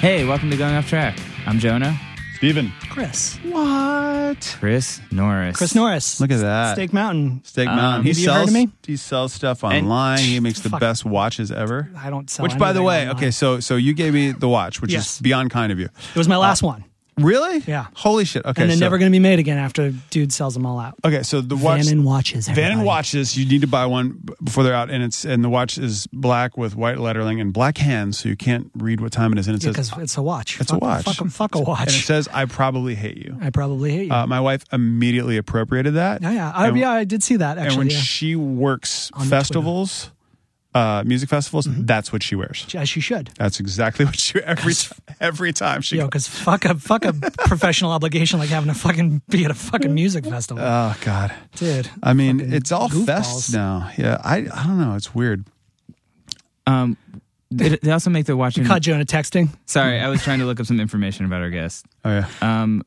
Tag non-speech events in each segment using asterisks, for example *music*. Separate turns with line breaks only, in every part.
Hey, welcome to Going Off Track. I'm Jonah,
Steven.
Chris.
What?
Chris Norris.
Chris Norris.
Look at that.
Steak Mountain.
Steak Mountain. he
have you heard
sells
of me?
he sells stuff online. he makes the
Fuck.
best watches ever.
I don't sell
Which by the
anything
way,
online.
okay, so so you gave me the watch, which
Yes.
is beyond kind of you.
It was my last one.
Really?
Yeah.
Holy shit. Okay.
And they're
so,
never going to be made again after dude sells them all out.
Okay, so the watch
Van and watches.
Van and
everybody.
watches, you need to buy one b- before they're out, and it's and the watch is black with white lettering and black hands, so you can't read what time it is. And it
Because
says,
it's a watch.
It's a
fuck,
watch.
Fuck, a- fuck a
and it
watch.
says, "I probably hate you."
I probably hate you.
Uh, my wife immediately appropriated that.
yeah, yeah. I,
and-
yeah, I did see that
and when
actually. yeah.
she works
On Mm-hmm.
festivals, uh, music festivals, that's what she wears.
As she should.
That's exactly *laughs* what she every every time she.
Yo,
goes,
because fuck a fuck
*laughs*
a professional obligation like having to fucking be at a fucking music festival,
oh God,
dude.
I mean,
Fucking
it's all fests
goofballs.
now. Yeah, I I don't know. It's weird.
Um, they, they also make the watch. in-
Caught Jonah texting.
sorry, I was trying to look up some information about our guest.
Oh yeah,
Um,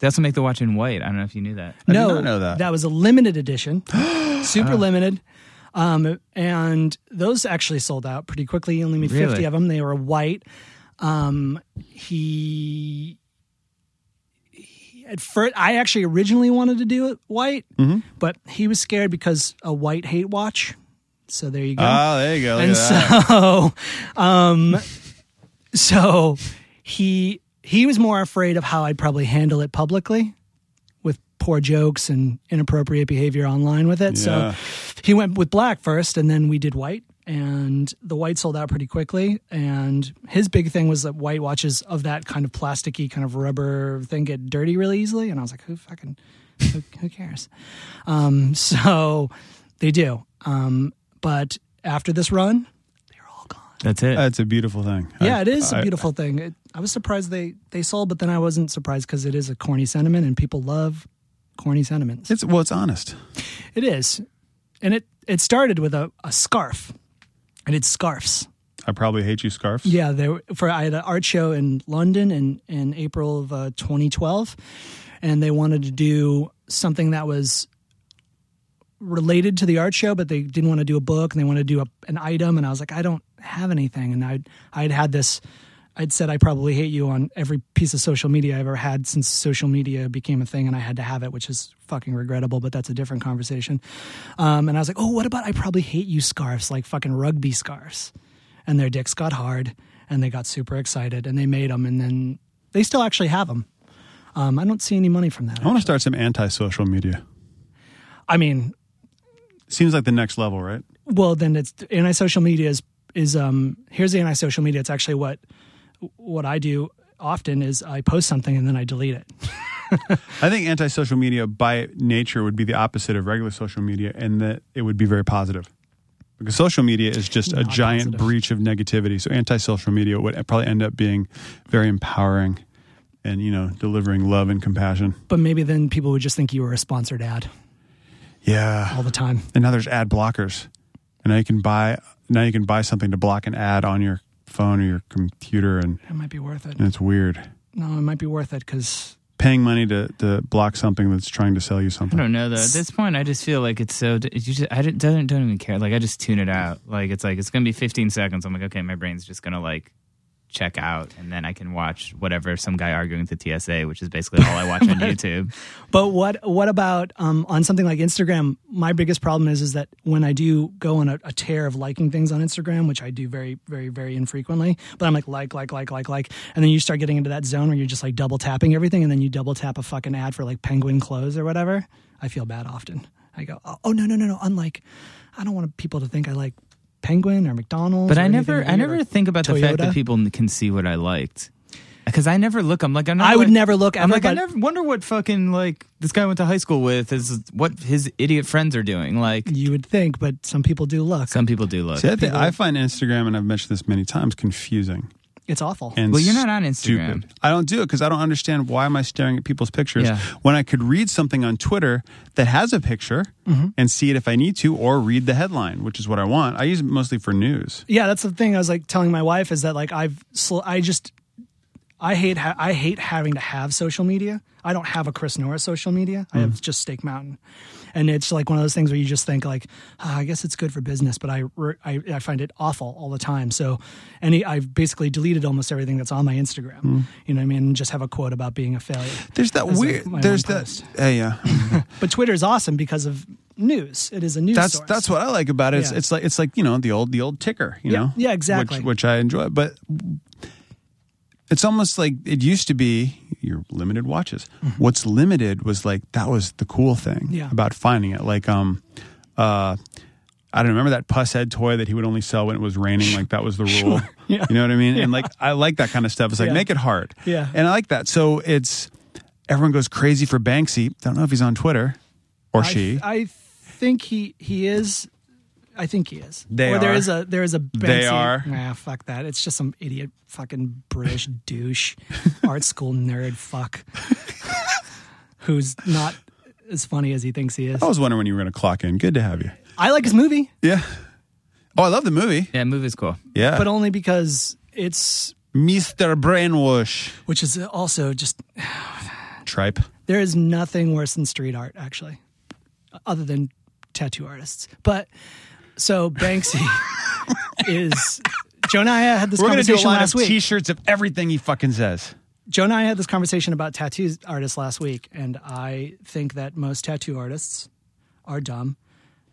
they also make the watch in white. I don't know if you knew that.
did
no,
not know that. Ah.
was a
*gasps*
limited edition, super limited. Um, and those actually sold out pretty quickly. He only made
Really?
50 of them. They were white. Um, he, he at first, I actually originally wanted to do it white,
Mm-hmm.
but he was scared because a white hate watch. So there you go.
Ah, there you go. Look
and
at that.
so, *laughs* um, so he he was more afraid of how I'd probably handle it publicly with poor jokes and inappropriate behavior online with it.
Yeah.
So he went with black first, and then we did white. And the white sold out pretty quickly. And his big thing was that white watches of that kind of plasticky, kind of rubber thing get dirty really easily. And I was like, who fucking, who, who cares? Um, so they do. Um, but after this run, they're all gone.
That's it.
That's a beautiful thing.
Yeah,
I-
it is
I-
a beautiful thing. It, I was surprised they they sold, but then I wasn't surprised because it is a corny sentiment, and people love corny sentiments.
It's well, it's honest.
It is, and it it started with a, a scarf. I did scarves.
I probably hate you scarves.
Yeah, they were, for I had an art show in London in in April of uh, 2012, and they wanted to do something that was related to the art show, but they didn't want to do a book and they wanted to do a, an item. And I was like, I don't have anything. And I would I'd had this. I'd said I probably hate you on every piece of social media I've ever had since social media became a thing, and I had to have it, which is fucking regrettable. But that's a different conversation. Um, and I was like, oh, what about I probably hate you scarves, like fucking rugby scarves? And their dicks got hard, and they got super excited, and they made them, and then they still actually have them. Um, I don't see any money from that.
I want to start some anti-social media.
I mean,
Seems like the next level, right?
well then it's anti-social media is is um here's the anti-social media it's actually what what i do often is i post something and then i delete it
I think anti-social media by nature would be the opposite of regular social media and that it would be very positive. Because social media is just a
Not
giant
positive.
breach of negativity. So anti-social media would probably end up being very empowering and, you know, delivering love and compassion.
but maybe then people would just think you were a sponsored ad all
Yeah.
the time
And now there's ad blockers. And now you can buy now you can buy something to block an ad on your phone or your computer and,
it might be worth it
and it's weird.
no it might be worth it because
Paying money to, to block something that's trying to sell you
I
something.
don't know though. At this point, I just feel like it's so. You just, I don't, don't don't even care. Like I just tune it out. Like it's like it's gonna be 15 seconds. I'm like, okay, my brain's just gonna like check out, and then I can watch whatever some guy arguing with the TSA, which is basically all I watch on YouTube.
but what what about um, on something like instagram my biggest problem is is that when i do go on a, a tear of liking things on instagram which i do very very very infrequently but i'm like like like like like like and then you start getting into that zone where you're just like double tapping everything and then you double tap a fucking ad for like penguin clothes or whatever i feel bad often i go oh, oh no no no no unlike i don't want people to think i like penguin or mcdonald's
But
or
I never,
anything
I never
weird.
think about the fact that
Toyota.
people n- can see what I liked, because I never look. I'm like, I'm not.
I would
like-
never look
I'm
ever,
like, I
but-
never wonder what fucking like this guy I went to high school with is what his idiot friends are doing. Like
you would think but some people do look
some people do look.
See, I, think, I find Instagram, and I've mentioned this many times, confusing.
it's awful
and
Well, you're not on
stupid.
Instagram.
I don't do it because I don't understand why am I staring at people's pictures
Yeah.
when I could read something on Twitter that has a picture
Mm-hmm.
and see it if I need to, or read the headline, which is what I want. I use it mostly for news.
yeah that's the thing i was like telling my wife is that like i've sl- i just I hate ha- I hate having to have social media. I don't have a Chris Norris social media. I
Mm.
have just Steak Mountain, and it's like one of those things where you just think like, ah, I guess it's good for business, but I, re- I I find it awful all the time. So, any I've basically deleted almost everything that's on my Instagram.
Mm.
You know what I mean? And just have a quote about being a failure.
There's that
That's
weird.
like my
there's
one
that.
post.
Yeah, yeah.
But Twitter is awesome because of news. It is a news.
That's
source.
that's what I like about it. It's,
Yeah.
it's like it's like you know the old the old ticker. You
Yeah.
know.
Yeah, exactly.
Which, which I enjoy, but it's almost like it used to be your limited watches. What's limited was like that was the cool thing
Mm-hmm. Yeah.
about finding it. Like um, uh, I don't remember that puss head toy that he would only sell when it was raining. Like that was
*laughs*
the rule.
Yeah.
You know what I mean? And like I like that kind of stuff. It's like
Yeah.
make it hard.
Yeah.
And I like that. So it's everyone goes crazy for Banksy. Don't know if he's on Twitter or
I,
she.
I think he he is. I think he is.
They
or there
are.
is a there is a Banksy.
They are.
Nah, fuck that. It's just some idiot fucking
*laughs*
British douche, art school nerd fuck, who's not as funny as he thinks he is.
I was wondering when you were going to clock in. Good to have you.
I like his movie,
Yeah. Oh, I love the movie.
Yeah, move is cool.
Yeah.
but only because it's
Mr. Brainwash.
which is also just
Tripe.
There is nothing worse than street art, actually, other than tattoo artists. But
*laughs*
so Banksy is. Joe and I had this
We're going to do a
conversation
lot
last
of
week.
t shirts of everything he fucking says.
Joe and I had this conversation about tattoo artists last week, and I think that most tattoo artists are dumb,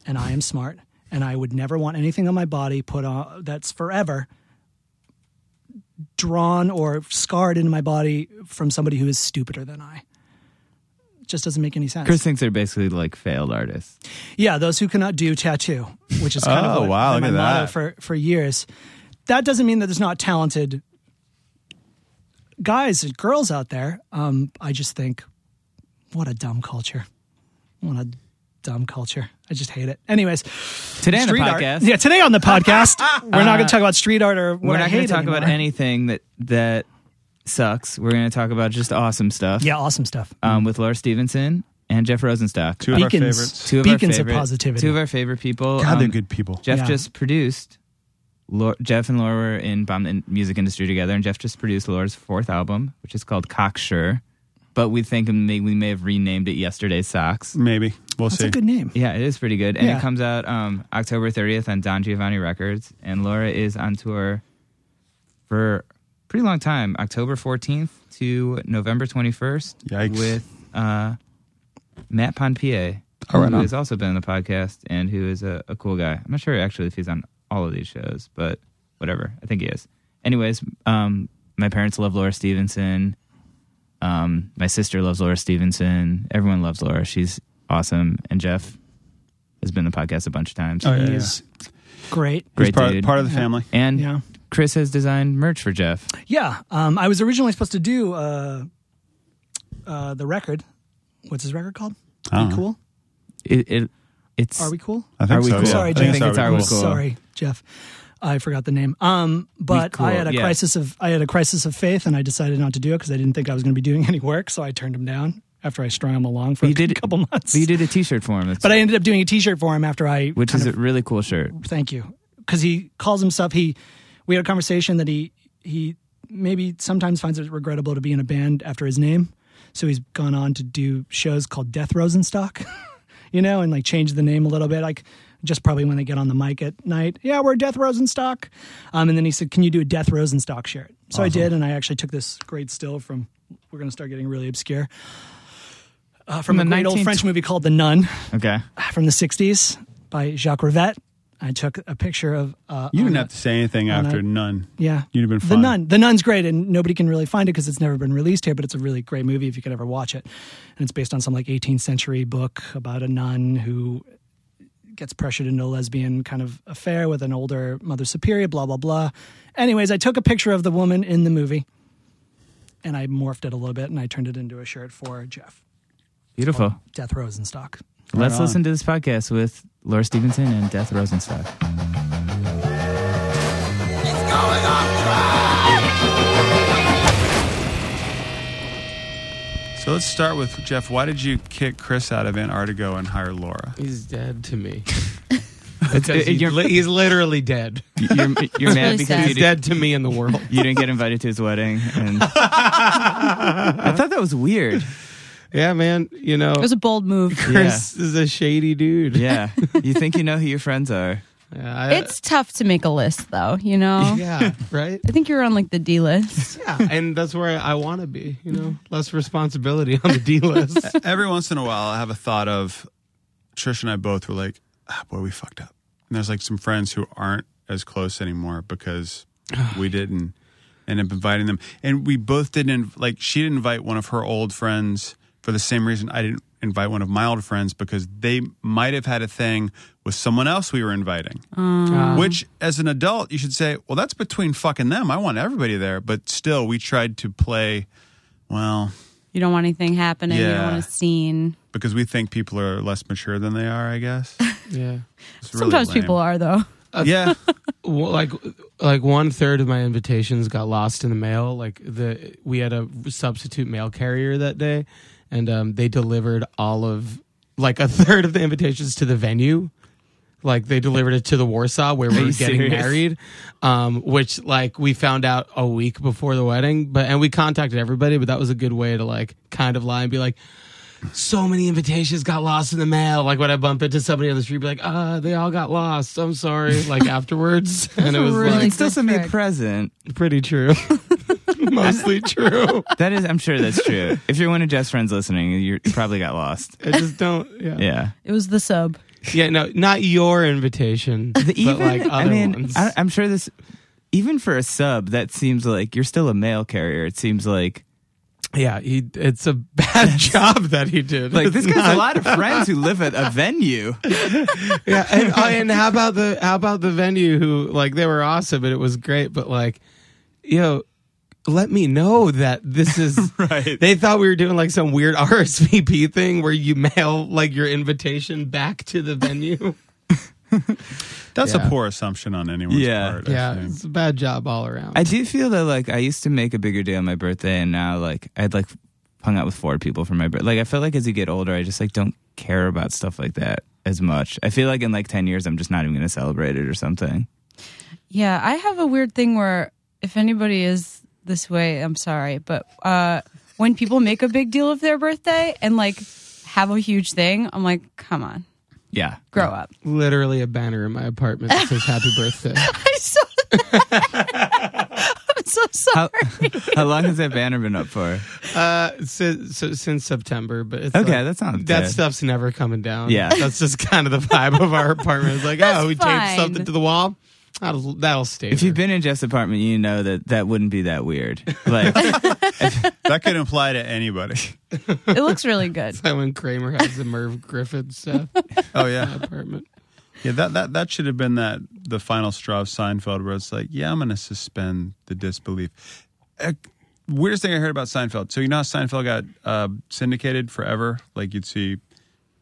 and I am smart, and I would never want anything on my body put on that's forever drawn or scarred into my body from somebody who is stupider than I. Just doesn't make any sense.
Chris thinks they're basically like failed artists.
Yeah, those who cannot do tattoo, which is kind
Oh,
of what
wow,
been
look
my
at
motto
that.
for for years. That doesn't mean that there's not talented guys and girls out there. Um, I just think, what a dumb culture. What a dumb culture. I just hate it. Anyways,
Today on the
street art.
podcast, Uh,
Yeah, today on
*laughs*
the podcast, we're not going to talk about street art or what
we're
I
not going
hate
to talk about
anymore.
anything that that sucks. We're going to talk about just awesome stuff.
Yeah, awesome stuff.
Um, with Laura Stevenson and Jeff Rosenstock.
Two of
Um,
our
Beacons.
favorites.
two of
Beacons
our
of
favorite,
positivity.
Two of our favorite people.
God,
Um,
they're good people.
Jeff
Yeah.
just produced. Lau- Jeff and Laura were in bomb the music industry together, and Jeff just produced Laura's fourth album, which is called Cocksure. But we think may- we may have renamed it Yesterday's Socks.
Maybe. We'll
That's
see.
a good name.
Yeah, it is pretty good, and
Yeah.
it comes out um, October 30th on Don Giovanni Records. And Laura is on tour for a pretty long time, October 14th to November 21st,
Yikes.
with uh, Matt Ponpier,
Oh, right
who
on.
has also been on the podcast and who is a, a cool guy. I'm not sure actually if he's on all of these shows, but whatever. I think he is. Anyways, um, my parents love Laura Stevenson. Um, my sister loves Laura Stevenson. Everyone loves Laura. She's awesome. And Jeff has been on the podcast a bunch of times.
Oh, yeah, yeah.
He's great.
He's
Great
part,
dude.
part of the family.
And
Yeah.
Chris has designed merch for Jeff.
Yeah, um, I was originally supposed to do uh, uh, the record. What's his record called? Are we
Uh-huh.
cool?
It, it it's
Are we cool?
I think
Are we
so.
cool?
yeah.
Sorry,
I think
Jeff. I think it's
Are
our
We
was
Cool.
cool.
Sorry, Jeff. I forgot the name. Um, but
Be cool,
I had a
yeah.
crisis of I had a crisis of faith, and I decided not to do it because I didn't think I was going to be doing any work. So I turned him down after I strung him along for
You
a
did-
couple months.
you did a T-shirt for him, that's-
but I ended up doing a T-shirt for him after I
which
kind
is
of
a really cool shirt.
thank you because he calls himself he we had a conversation that he he maybe sometimes finds it regrettable to be in a band after his name so he's gone on to do shows called death rosenstock *laughs* you know and like change the name a little bit like just probably when they get on the mic at night yeah we're death rosenstock um, and then he said can you do a death rosenstock shirt so i did and i actually took this great still from we're going to start getting really obscure uh, from
From
a
the
great old
19th
french movie called the nun
Okay,
from the 60s by Jacques Rivette. I took a picture of. Uh,
You
on
didn't
a-
have to say anything
on a-
after none.
Yeah.
You'd have been
The
fine.
Nun. The Nun's great, and nobody can really find it because it's never been released here, but it's a really great movie if you could ever watch it. And it's based on some like 18th century book about a nun who gets pressured into a lesbian kind of affair with an older mother superior, blah, blah, blah. Anyways, I took a picture of the woman in the movie and I morphed it a little bit and I turned it into a shirt for Jeff,
beautiful.
Death Rosenstock.
Let's
on.
listen to this podcast with Laura Stevenson and Death Rosenstock.
So let's start with Jeff. Why did you kick Chris out of Antarctica and hire Laura?
*laughs* He's dead to me.
Because
he's,
you're,
li- he's literally dead.
you're, you're mad
really
because
sad.
you,
He's
did,
dead to me in the world.
you didn't get invited to his wedding. *laughs* And I thought that was weird.
*laughs* Yeah, man. You know,
It was a bold move.
Chris is a shady dude.
Yeah. You think you know who your friends are.
*laughs* Yeah, I-
It's tough to make a list, though. You know,
yeah, right.
I think you're on like the D list.
Yeah, and that's where I, I want to be. You know, less responsibility on the D list.
*laughs* Every once in a while, I have a thought of Trish and I both were like, ah, boy, we fucked up. And there's like some friends who aren't as close anymore because we didn't end up inviting them. And we both didn't, inv- like, she didn't invite one of her old friends for the same reason I didn't invite one of my old friends because they might have had a thing with someone else we were inviting. Which, as an adult, you should say, well, that's between fucking them. I want everybody there. But still, we tried to play, well,
You don't want anything happening. You
Yeah.
don't want a scene.
because we think people are less mature than they are. I
*laughs*
guess
*laughs* Yeah.
It's really
Sometimes
lame.
people are though.
Uh, *laughs*
Yeah,
well, like like one third of my invitations got lost in the mail. Like the we had a substitute mail carrier that day, and um, they delivered all of like a *laughs* third of the invitations to the venue. Like they delivered it to the Warsaw
*laughs*
where we
you
were getting
serious?
married, um, which like we found out a week before the wedding. But and we contacted everybody, but that was a good way to like kind of lie and be like, so many invitations got lost in the mail. Like when I bump into somebody on the street, be like, uh, they all got lost. I'm sorry.
*laughs*
Like afterwards. and it was
You
really
can
like
still send me a
Perfect.
present.
pretty
*laughs*
true. Mostly true.
That is, I'm sure that's true. If you're one of Jeff's friends listening, you probably got lost.
I just don't yeah. yeah.
Yeah.
It was the sub.
no, not your invitation.
even,
but like other
I mean,
ones.
I, I'm sure this, even for a sub, that seems like you're still a mail carrier. It seems like,
yeah, he it's a *laughs* bad job that he did.
like this
It's
guy's *laughs*
not-
a lot of friends who live at a venue.
yeah, and, oh, and how about the how about the venue who like they were awesome and it was great, but like, you know, let me know that this is
Right.
They thought we were doing like some weird *laughs* RSVP thing where you mail like your invitation back to the venue.
that's
Yeah.
a poor assumption on anyone's
Yeah.
part. I
yeah,
think.
it's a bad job all around.
I do feel that like I used to make a bigger deal on my birthday, and now like I'd like hung out with four people for my birthday. Like I feel like as you get older, I just like don't care about stuff like that as much. I feel like in like ten years, I'm just not even going to celebrate it or something.
Yeah, I have a weird thing where if anybody is this way, I'm sorry, but uh, when people make a big deal of their birthday and like have a huge thing, I'm like, come on,
Yeah,
grow up. *laughs*
Literally a banner in my apartment that says "Happy Birthday."
I saw that. *laughs* I'm so sorry. *laughs*
How, how long has that banner been up for?
Uh, since, so, since September, but it's
Okay,
like,
that's not
that
bad.
stuff's never coming down.
Yeah.
*laughs* that's just kind of the vibe of our apartment.
*laughs*
It's like, oh, we
fine.
taped something to the wall. That'll that'll stay.
If
there. *laughs*
you've been in Jeff's apartment, you know that that wouldn't be that weird. Like,
that could imply to anybody.
*laughs*
It looks really good.
Like when Kramer has the Merv Griffin stuff
*laughs*
Oh yeah,
apartment.
yeah. That that that should have been that the final straw of Seinfeld, where it's like, yeah, I'm going to suspend the disbelief. Uh, weirdest thing I heard about Seinfeld. So you know how Seinfeld got uh, syndicated forever? Like you'd see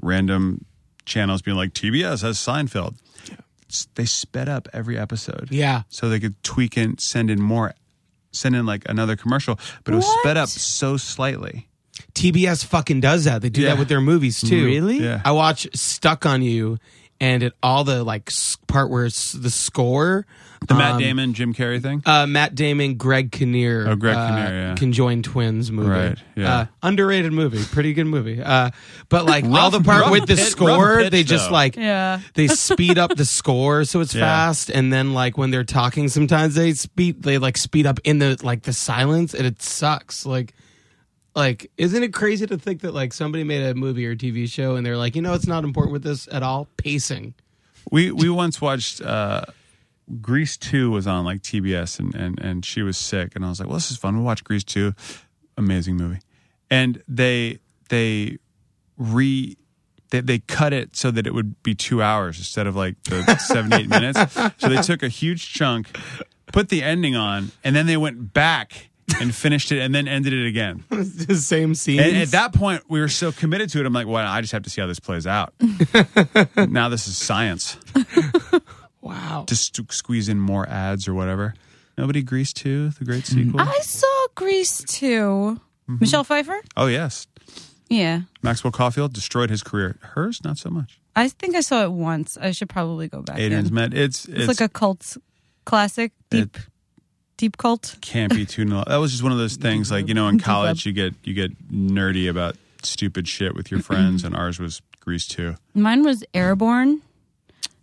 random channels being like, TBS has Seinfeld. S- They sped up every episode.
Yeah,
so they could tweak and send in more, send in like another commercial, but it was sped
What?
up so slightly.
TBS fucking does that. They do
Yeah.
that with their movies too.
really?
Yeah.
I watch Stuck on You, and at all the like s- part where it's the score,
The Matt
um,
Damon, Jim Carrey thing.
uh, Matt Damon, Greg Kinnear,
Oh, Greg
uh,
Kinnear, yeah.
conjoined twins movie,
Right, yeah.
uh, underrated movie, pretty good movie. Uh, but like all
Rough-
the part
rough
with the
pit- rough
score,
pitch,
they just
though.
like *laughs*
Yeah.
they speed up the score so it's
*laughs* Yeah.
fast, and then like when they're talking, sometimes they speed they like speed up in the like the silence, and it sucks. Like like isn't it crazy to think that like somebody made a movie or TV show and they're like, you know, it's not important with this at all.
*laughs*
Pacing.
we we once watched uh, Grease Two was on like TBS, and and and she was sick, and I was like, well, this is fun. We'll watch Grease Two, amazing movie, and they they re. They, they cut it so that it would be two hours instead of like the 78 minutes. So they took a huge chunk, put the ending on, and then they went back and finished it and then ended it again.
It's the same scene.
And at that point, we were so committed to it. I'm like, well, I just have to see how this plays
*laughs*
out. now this is science.
wow.
Just to squeeze in more ads or whatever. Nobody Grease 2, the great sequel.
Mm-hmm. I saw Grease too. Michelle Pfeiffer?
Oh, yes.
Yeah.
Maxwell Caulfield destroyed his career. Hers, not so much.
I think I saw it once. I should probably go back.
Adrian's
in.
Met. It's it's,
It's, like a cult classic, deep, deep cult.
can't be too. nil- That was just one of
*laughs*
those things. Like you know, in college, you get you get nerdy about stupid shit with
*clears throat*
your friends, and ours was Grease too.
Mine was Airborne.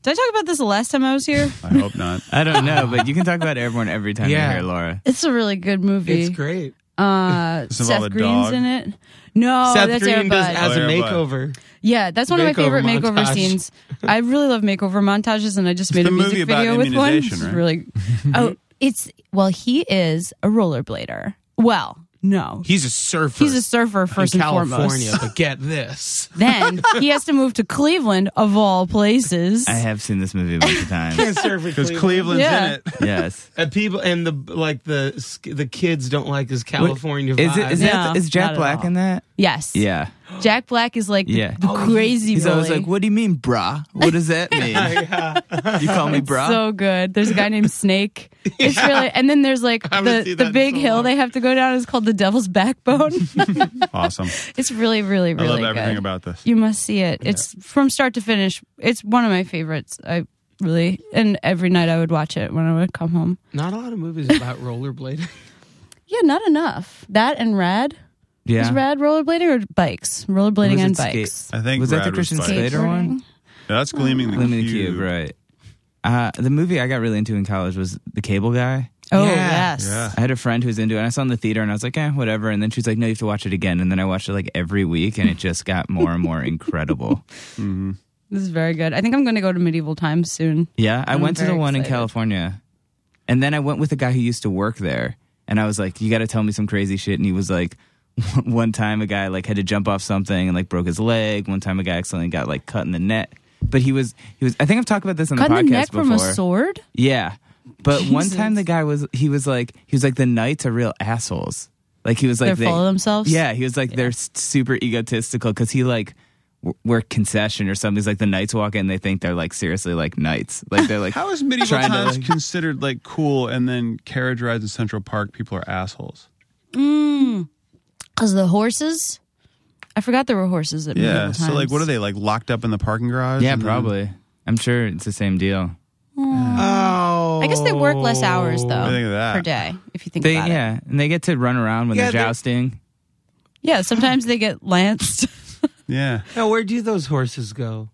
Did I talk about this the last time I was here?
I hope
*laughs*
not.
I don't know, but you can talk about Airborne every time
Yeah.
you hear Laura.
It's a really good movie.
It's great.
*laughs*
Uh,
Does it involve
Seth
a
Green's
dog?
in it. No,
Oh,
Seth
that's
Green
Airbud.
does has a
Oh, Airbud.
makeover.
yeah, that's one of my
makeover
favorite makeover
montage.
scenes. I really love makeover montages, and I just made
the
a music
movie about
video with one.
immunization,
It's
right? *laughs*
Really. Oh, it's well, he is a rollerblader. Well, no,
He's a surfer.
he's a surfer
in
first and
California,
foremost.
but get this.
then he has to move to Cleveland, of all places.
I have seen this movie a bunch of
*laughs*
times.
Because Cleveland's in
Yeah. *laughs*
it.
yes.
And people and the like the sk- the kids don't like his California
Is
vibe.
it is that
No,
is Jack
not at
Black
all.
in that?
yes,
Yeah.
Jack Black is like the,
Yeah.
Oh,
Oh,
the crazy.
He's always
bully.
like, "What do you mean, brah? What does
*laughs*
that mean? you call me brah?"
so good. There's a
*laughs*
guy named Snake. It's really and then there's like
haven't
the
seen
the
that in
big
so
hill
long.
they have to go down is called the Devil's Backbone.
*laughs*
Awesome.
it's really really
I
really
love
good.
everything about this.
you must see it. It's from start to finish. It's one of my favorites. I really and every night I would watch it when I would come home.
Not a lot of movies about rollerblading.
Yeah, not enough. That and Rad. Is Rad rollerblading or bikes? Rollerblading and
Was it
bikes.
skate-
I think
was that
Rad
the
was
Christian
like-
Slater one?
Yeah, that's gleaming the
Lemon the
cube.
Cube, right? Uh, the movie I got really into in college was The Cable Guy.
Oh
Yeah.
yes.
Yeah.
I had a friend who was into it. And I saw it in the theater, and I was like, "Eh, whatever." And then she's like, "No, you have to watch it again." And then I watched it like every week, and it just got more and
*laughs*
more incredible.
This is very good. I think I'm going to go to medieval times soon.
Yeah, I
I'm
went to the
very
one in
excited.
California, and then I went with a guy who used to work there, and I was like, "You got to tell me some crazy shit." And he was like, *laughs* "One time, a guy like had to jump off something and like broke his leg. One time, a guy accidentally got like cut in the neck." But he was he was. I think I've talked about this on
Cut
the
in
podcast
the neck
before.
from a sword.
Yeah. But one
Jesus.
time the guy was he was like he was like the knights are real assholes. Like he was like
They're full of themselves?
Yeah, he was like they're s- super egotistical because he like w- worked concession or something. He's like the knights walk in and they think they're like seriously like knights. Like they're like
*laughs*
How is medieval
Trying to,
times
like-
considered like cool, and then carriage rides in Central Park, people are assholes?
Because the horses, I forgot there were horses at
Yeah.
medieval
So like,
times.
what are they like locked up in the parking garage?
yeah
and then-
probably. I'm sure it's the same deal.
Oh,
I guess they work less hours though
do you Oh, think of that?
per day if you think
They
about it.
yeah, and they get to run around when
Yeah,
they're
they're-
jousting.
Yeah, sometimes they get lanced. *laughs*
Yeah.
*laughs* Now, where do those horses go?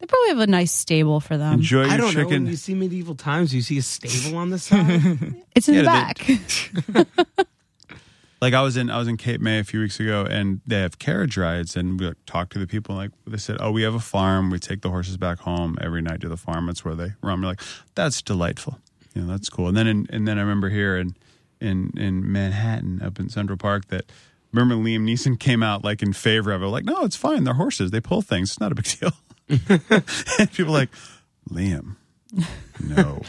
they probably have a nice stable for them.
Enjoy your
I don't know.
chicken.
When you see medieval times, you see a stable on the *laughs* side.
It's in the
Yeah,
back.
they- like I was in I was in Cape May a few weeks ago, and they have carriage rides, and we like, talked to the people. Like they said, oh, we have a farm. We take the horses back home every night to the farm. That's where they roam. You're like, that's delightful. You know, that's cool. And then in, and then I remember here in in in Manhattan, up in Central Park, that. Remember Liam Neeson *laughs* came out like in favor of it, like, no, it's fine. They're horses. They pull things. It's not a big deal. *laughs* and people are like, Liam, no.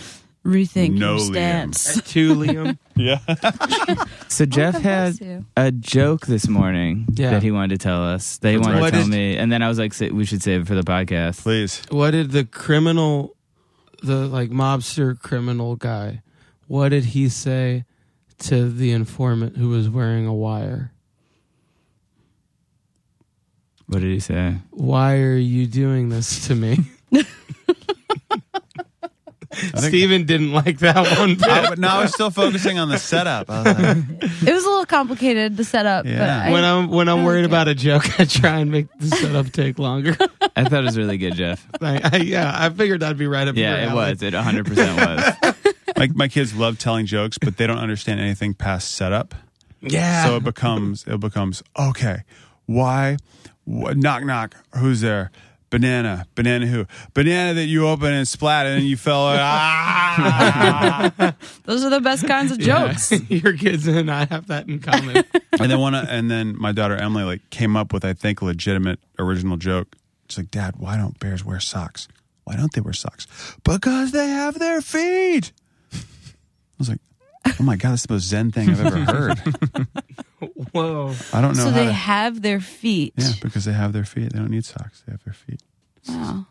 Rethink
No,
your
Liam. *laughs*
stance.
to Liam.
yeah.
Oh,
So Jeff
bless
had
you.
a joke this morning
Yeah.
that he wanted to tell us. That he wanted to
What
tell
did-
me, and then I was like, "Sa- "We should save it for the podcast."
Please.
*laughs* What did the criminal, the like mobster criminal guy, what did he say to the informant who was wearing a wire?
What did he say?
Why are you doing this to
*laughs*
me? Steven didn't like that one. bit.
I, but no, I was still focusing on the setup. I was like,
It was a little complicated, the setup.
Yeah.
But
when
*laughs* I, Oh,
I'm when I'm
I
worried
like it.
about a joke, I try and make the setup take
*laughs*
longer.
I thought it was really good,
*laughs*
Jeff.
Like, I, yeah, I figured that'd be right up. your
Yeah, it
alley.
was. It 100 percent was.
my, my kids love telling jokes, but they don't understand anything past setup.
Yeah.
So it becomes it becomes okay. Why? Wh- knock knock. Who's there? Banana. Banana who? Banana that you open and splat and then you fell. Ah!
those are the best kinds of jokes.
*laughs* Your kids and I have that in
*laughs*
common.
and then one. of- And then my daughter Emily like came up with I think a legitimate original joke. She's like, Dad, why don't bears wear socks? Why don't they wear socks? Because they have their feet. I was like, Oh my god, that's the most zen thing I've ever heard.
Whoa.
I don't know.
So
how
they
to-
have their feet.
Yeah, *laughs* because they have their feet. They don't need socks. They have their feet.
Wow.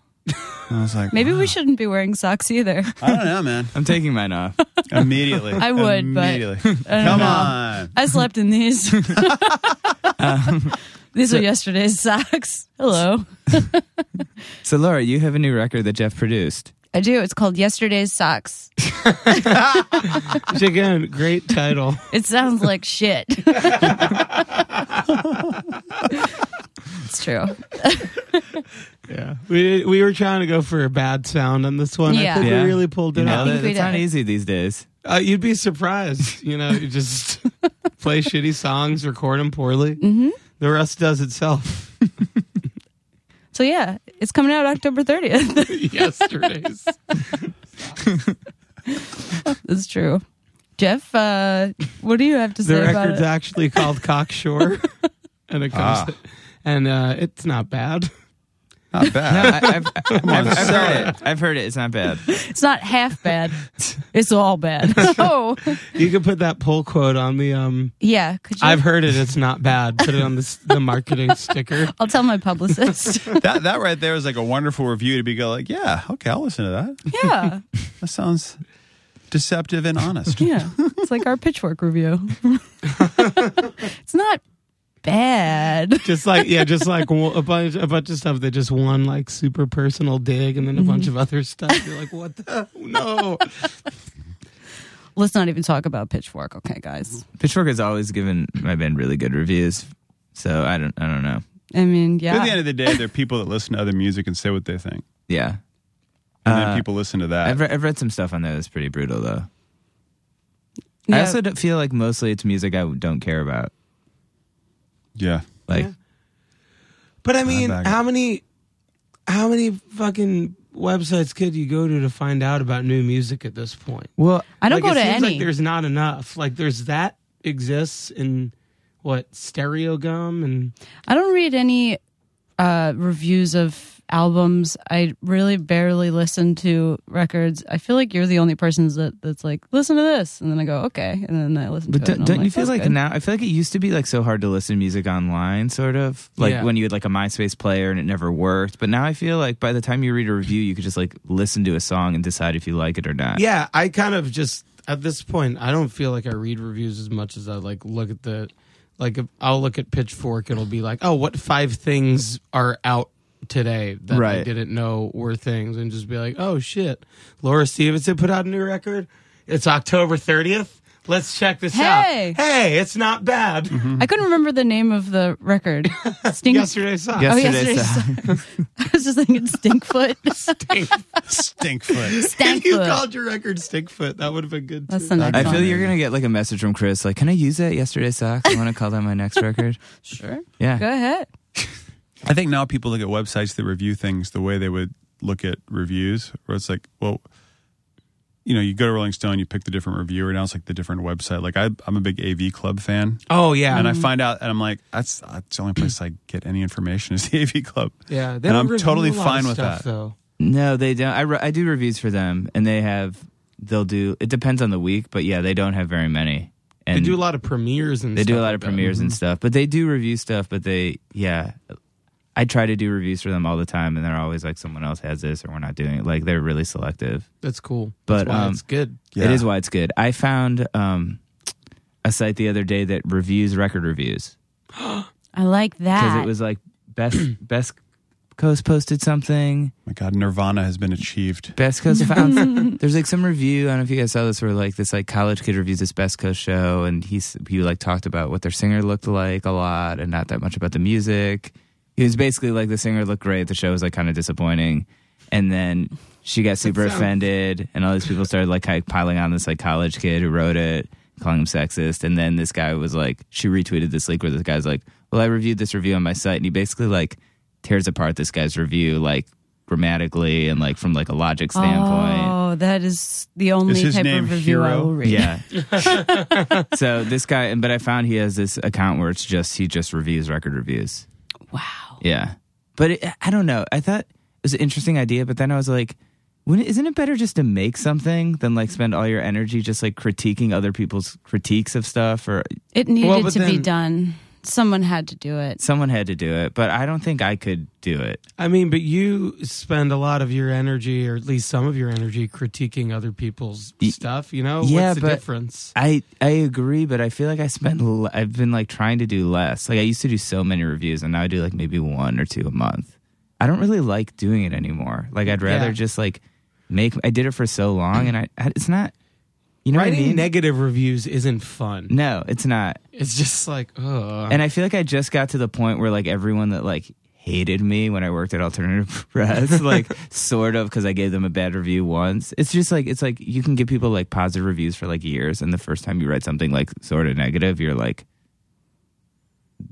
And I was like, *sighs*
Maybe we shouldn't be wearing socks either.
I don't know, man.
I'm taking mine off.
*laughs* Immediately.
I would, but
Immediately. Come
*laughs*
know.
on.
I slept in these. Um, These are yesterday's socks. Hello.
So, Laura, you have a new record that Jeff produced.
I do. It's called Yesterday's Socks.
Which, again, great title.
It sounds like shit. it's true.
Yeah, we we were trying to go for a bad sound on this one. I
Yeah.
think
Yeah.
we really pulled
You
it
know,
off.
think
that,
we
it's not
did.
easy these
*laughs*
days.
Uh, you'd be surprised, you know. You just play shitty songs, record them poorly. Mm-hmm. The rest does itself.
So yeah, it's coming out October *laughs* 30th.
Yesterday's.
That's true. Jeff, uh, what do you have to
the
say about
record's
it?
actually called Cockshore, and it comes,
Ah.
and uh, it's not bad. *laughs*
Not
No,
bad.
I, I've, I've,
on,
I've
sell
heard it. I've heard it. It's not bad.
It's not half
*laughs*
bad. It's all bad. Oh,
You could put that pull quote on the. Um,
yeah. Could you?
I've heard it. It's not bad. Put it on the s- the marketing sticker.
I'll tell my publicist.
*laughs* that that right there was like a wonderful review to be go like, yeah, okay, I'll listen to that.
*laughs* yeah.
That sounds deceptive and honest.
*laughs* Yeah. It's like our pitchfork review. *laughs* it's not bad.
just like yeah, just like wo- a bunch a bunch of stuff that just one like super personal dig, and then a bunch of other stuff. You're like, what the no?
Let's not even talk about pitchfork, okay, guys.
Pitchfork has always given my band really good reviews, so I don't. I don't know.
I mean, yeah.
But at the end of the day, there are people that listen to other music and say what they think,
Yeah,
and then
Uh,
people listen to that.
I've, re- I've read some stuff on there that's pretty brutal though.
Yeah.
I also don't feel like mostly it's music I don't care about.
yeah, *laughs*
Like,
Yeah. But I mean,
bag it.
how many how many fucking websites could you go to to find out about new music at this point?
well,
I don't
Like,
go
it
to
seems
any.
Like there's not enough. Like there's that exists in what stereo gum and
I don't read any uh, reviews of albums. I really barely listen to records. I feel like you're the only person that, that's like, listen to this. And then I go, okay. And then I listen
but
to it.
don't,
and I'm
don't you feel
that's
like
good.
now? I feel like it used to be like so hard to listen to music online, sort of like
Yeah.
when you had like a MySpace player and it never worked. But now I feel like by the time you read a review, you could just like listen to a song and decide if you like it or not.
yeah, I kind of just at this point I don't feel like I read reviews as much as I like look at the like if I'll look at Pitchfork it'll be like, "Oh, what five things are out today that I
Right.
didn't know were things?" and just be like, "Oh shit. Laura Stevenson put out a new record. It's October 30th. Let's check this
Hey!
out." Hey, it's not bad.
I couldn't remember the name of the
*laughs*
record. Stink.
Yesterday's song. *laughs*
Oh,
Yesterday's
yesterday's
song.
song. *laughs* I was just
*laughs*
thinking Stinkfoot.
stinkfoot.
If you
Stinkfoot.
called your record Stinkfoot, that would have been good.
That's
Too.
the next
I
one.
feel you're gonna get like a message from Chris, like, "Can I use that yesterday socks? I want to call that my next record." *laughs*
Sure.
Yeah,
Go ahead.
I think now people look at websites that review things the way they would look at reviews, where it's like, well, you know, you go to Rolling Stone, you pick the different reviewer, now it's like the different website. Like I, I'm a big AV Club fan,
Oh yeah,
and I find out, and I'm like, that's that's the only place I get any information is the *laughs* AV Club.
yeah.
And
don't
I'm
review
totally
a lot of
fine with
stuff,
that.
Though.
No, they don't. I, re- I do reviews for them, and they have they'll do. It depends on the week, but yeah, they don't have very many. And
They do a lot of premieres and
They
stuff
do a lot
like
of
that. Mm-hmm.
premieres and stuff, but they do review stuff. But they, yeah, I try to do reviews for them all the time, and they're always like, someone else has this, or we're not doing it. Like they're really selective.
That's cool.
But,
That's why
um,
it's good.
It
Yeah.
is why it's good. I found um, a site the other day that reviews record reviews.
I like
because
that.
it was like best *clears throat* best coast posted something
Oh My God, Nirvana has been achieved.
best coast found there's like some review i don't know if you guys saw this where like this like college kid reviews this best coast show and he's he like talked about what their singer looked like a lot and not that much about the music he was basically like the singer looked great the show was like kind of disappointing and then she got super
sounds-
offended and all these people started like kind of piling on this like college kid who wrote it calling him sexist and then this guy was like she retweeted this link where this guy's like well i reviewed this review on my site and he basically like tears apart this guy's review like grammatically and like from like a logic standpoint
Oh, that is the only
Is his
type
name
of review I
Hero?
will read.
yeah so this guy but i found he has this account where it's just he just reviews record reviews
Wow.
Yeah. But it, I don't know. I thought it was an interesting idea, but then I was like, wouldn't- isn't it better just to make something than like spend all your energy just like critiquing other people's critiques of stuff or
It needed
Well, but
to be
then-
done. someone had to do it.
Someone had to do it, but I don't think I could do it.
I mean, but you spend a lot of your energy, or at least some of your energy, critiquing other people's
Y-
stuff. You know,
yeah,
what's the
but-
difference?
I I agree, but I feel like I spend l- I've been like trying to do less. Like I used to do so many reviews, and now I do like maybe one or two a month. I don't really like doing it anymore. Like I'd rather
Yeah.
just like make. I did it for so long, and I I- it's not. You know
Writing
what I mean?
negative reviews isn't fun.
no, it's not.
It's just like, ugh.
And I feel like I just got to the point where like everyone that like hated me when I worked at Alternative *laughs* Press, like sort of because I gave them a bad review once. It's just like it's like you can give people like positive reviews for like years, and the first time you write something like sort of negative, you're like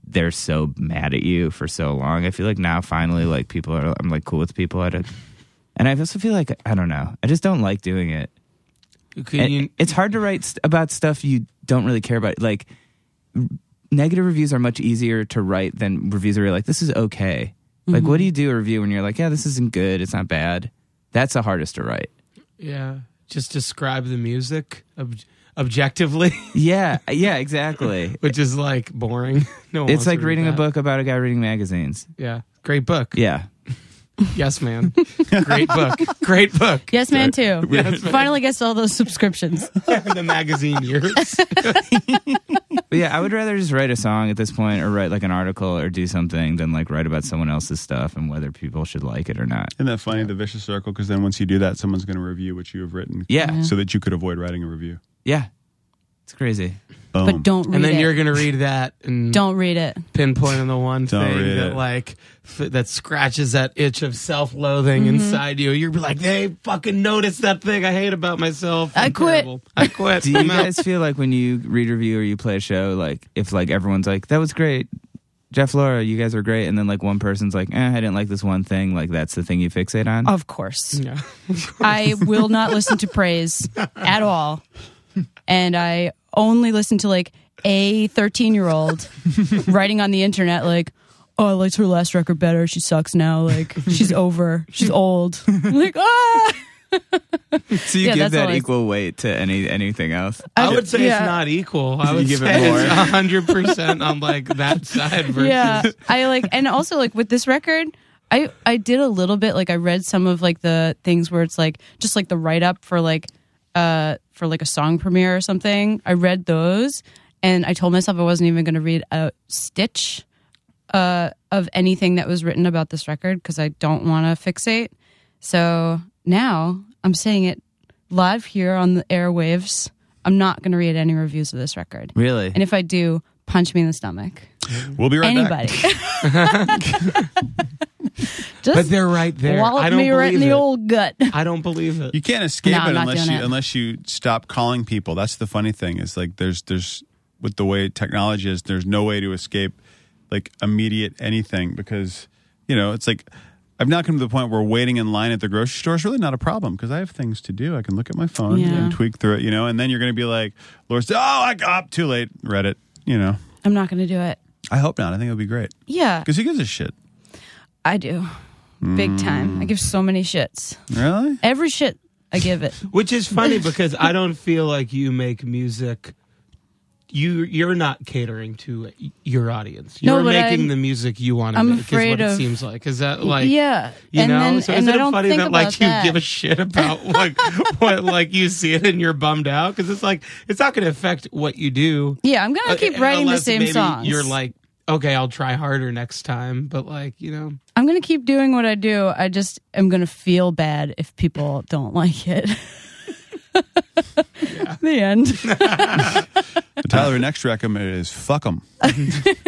they're so mad at you for so long. I feel like now finally like people are I'm like cool with people at it. And I also feel like I don't know. I just don't like doing it.
Can
And
you-
it's hard to write st- about stuff you don't really care about. Like r- negative reviews are much easier to write than reviews where you're like, this is okay. Like,
Mm-hmm.
what do you do a review when you're like, yeah, this isn't good, it's not bad? That's the hardest to write.
yeah, just describe the music ob- objectively, *laughs*
Yeah, yeah, exactly.
which is like boring. *laughs* No, one wants
it's
to
like
read
reading a
that.
book about a guy reading magazines.
Yeah, great book.
Yeah,
*laughs* Yes, man.
*laughs*
great book. Great book. *laughs*
Yes, man, too.
*laughs* Yes, man.
Finally gets all those subscriptions.
the magazine
*laughs*
years.
but yeah, I would rather just write a song at this point, or write like an article, or do something than like write about someone else's stuff and whether people should like it or not.
Isn't that funny? The vicious circle. Because then once you do that, someone's going to review what you have written.
Yeah.
So that you could avoid writing a review.
Yeah, it's crazy.
Boom.
But don't read
and then
it.
you're gonna read that and
*laughs* Don't read it.
pinpoint on the one
Don't
thing
read
that
it.
like f- that scratches that itch of self-loathing
Mm-hmm.
inside you. You'll be like, "They fucking noticed that thing I hate about myself.
I
I'm
quit."
terrible. I
*laughs*
quit.
Do you
I'm out."
guys feel like when you read a review or you play a show, like if like everyone's like, "That was great, Jeff, Laura, you guys are great," and then like one person's like, eh, "I didn't like this one thing," like that's the thing you fixate on?
Of course.
Yeah.
I will not listen to praise at all. And I only listen to like a 13 year old writing on the internet, like, oh, I liked her last record better. She sucks now. Like, she's over. She's old. I'm like, ah.
so you
yeah,
give
that's
that
all I-
equal weight to any anything else?
I would say
yeah.
it's not equal. I would
give it
say it's
more?
100% on like that side versus
*laughs* Yeah. I like, and also like with this record, I, I did a little bit, like, I read some of like the things where it's like, just like the write up for like, uh, for like a song premiere or something. I read those and I told myself I wasn't even going to read a stitch uh, of anything that was written about this record because I don't want to fixate. So now I'm saying it live here on the airwaves. I'm not going to read any reviews of this record.
Really?
And if I do, punch me in the stomach.
We'll be right back.
Anybody.
But *laughs*
*laughs* Just
they're right there. I
wallop
don't
me
believe
right in the
it.
old gut.
I don't believe it.
You can't escape
No, I'm
it
not
unless
doing
you
it.
unless you stop calling people. That's the funny thing is like there's there's with the way technology is, there's no way to escape like immediate anything because you know it's like I've now come to the point where waiting in line at the grocery store is really not a problem because I have things to do. I can look at my phone
Yeah.
and tweak through it, you know. And then you're going to be like, "Lord, oh, I got up too late." Read it, you know.
I'm not going to do it.
I hope not. I think it'll be great
Yeah,
because who gives a shit?
I do. Big time. I give so many shits.
*laughs*
Really?
Every shit I give it.
Which is
*laughs*
funny because I don't feel like you make music. You you're not catering to your audience.
No,
You're
but
making
I'm-
the music you want to
I'm
make. is
afraid
what it
of-
seems like. Is that like
yeah.
You
and
know,
then,
so
and
isn't
I don't
it funny
think
that
about
like you
that.
give a shit
*laughs*
about like what like you see it and you're bummed out because it's like it's not going to affect what you do.
Yeah, I'm gonna keep
Uh,
writing the
unless
same
maybe
songs.
You're like, okay, I'll try harder next time, but like you know,
I'm gonna keep doing what I do. I just am gonna feel bad if people don't like it. *laughs* The end.
Tyler, next recommend is fuck them,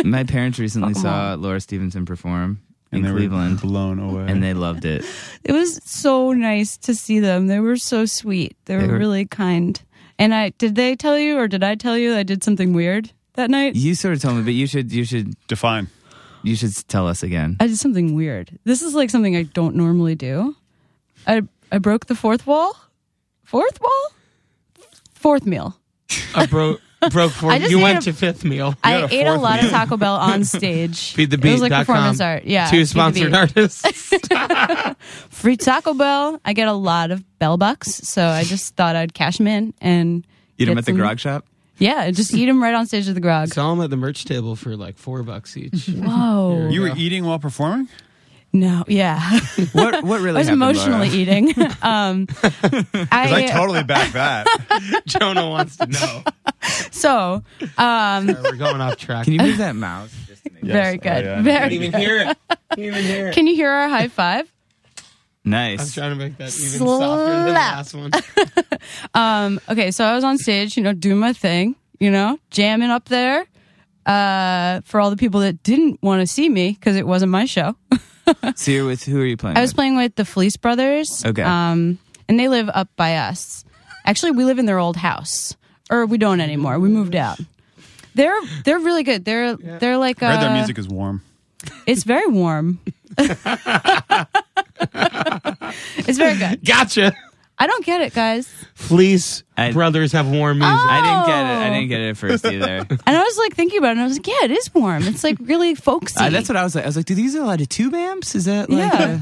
My parents recently saw Laura Stevenson perform in
they
Cleveland, *laughs*
were blown away.
and they loved it.
It was so nice to see them. They were so sweet. They were,
were-
really kind. And I did they tell you or did I tell you I did something weird that night?
You sort of told me, but you should you should
define.
you should tell us again.
I did something weird. This is like something I don't normally do. I I broke the fourth wall. Fourth wall? Fourth meal.
I
*laughs*
broke broke for
I just
you
need
went
a-
to fifth meal.
I
had a
ate a
fourth
lot of Taco Bell on stage. It was like
Feedthebeat.com.
performance art. Yeah. Feed
two
the
sponsored
Beat. *laughs*
artists.
Free Taco Bell. I get a lot of bell bucks, so I just thought I'd cash them in and
You
get
them at the
some-
grog shop?
Yeah, just eat them right on stage with the grog.
Sell them at the merch table for like four bucks
*laughs*
each.
Whoa.
You were
Yeah.
eating while performing?
Oh, no, yeah.
*laughs* What what really
*laughs* I was
happened,
emotionally
Laura?
eating.
*laughs*
um,
Because
I,
I
*laughs*
totally back that.
*laughs* Jonah wants to know.
so um,
All right, we're going off track.
Can you
*laughs*
move that mouse? Just to make-
very good.
yeah, I know.
*laughs*
very.
even hear it? Can you even hear
Can you hear our high five?
I'm
Nice.
trying to make that even softer than the
Slap.
last one.
Um, okay, so I was on stage, you know, doing my thing, you know, jamming up there uh, for all the people that didn't want to see me because it wasn't my show.
So you're with who are you playing?
I was
with?
playing with the Fleece Brothers.
Okay.
Um, and they live up by us. Actually, we live in their old house, or we don't anymore. We moved out. They're they're really good. They're they're like
I heard their
uh,
music is warm.
It's very warm. it's very
*laughs*
good.
Gotcha.
I don't get it, guys.
Fleece
I-
brothers have warm music.
Oh.
I didn't get it. I didn't get it at first *laughs* either. Uh,
And I was like thinking about it, and I was like, yeah, it is warm. It's like really folksy.
Uh, that's what I was like. I was like, do these allow to tube amps? Is that like?
Yeah.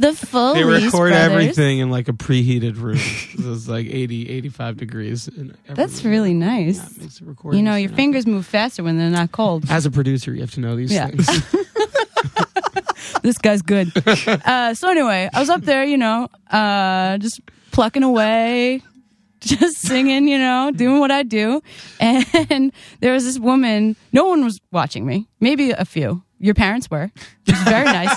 the full.
They
Fleece
record
Brothers.
everything in like a preheated room. so it's like 80, 85 degrees. In every
That's
room.
really nice.
Yeah, it makes the recording
You know, your
sound.
fingers move faster when they're not cold.
As a producer, you have to know these
Yeah. *laughs*
things.
this
*laughs*
guy's good. Uh, so anyway, I was up there, you know, uh, just plucking away, *laughs* just singing, you know, doing what I do. And *laughs* there was this woman. No one was watching me. Maybe a few. Your parents were. Which is
*laughs*
very nice.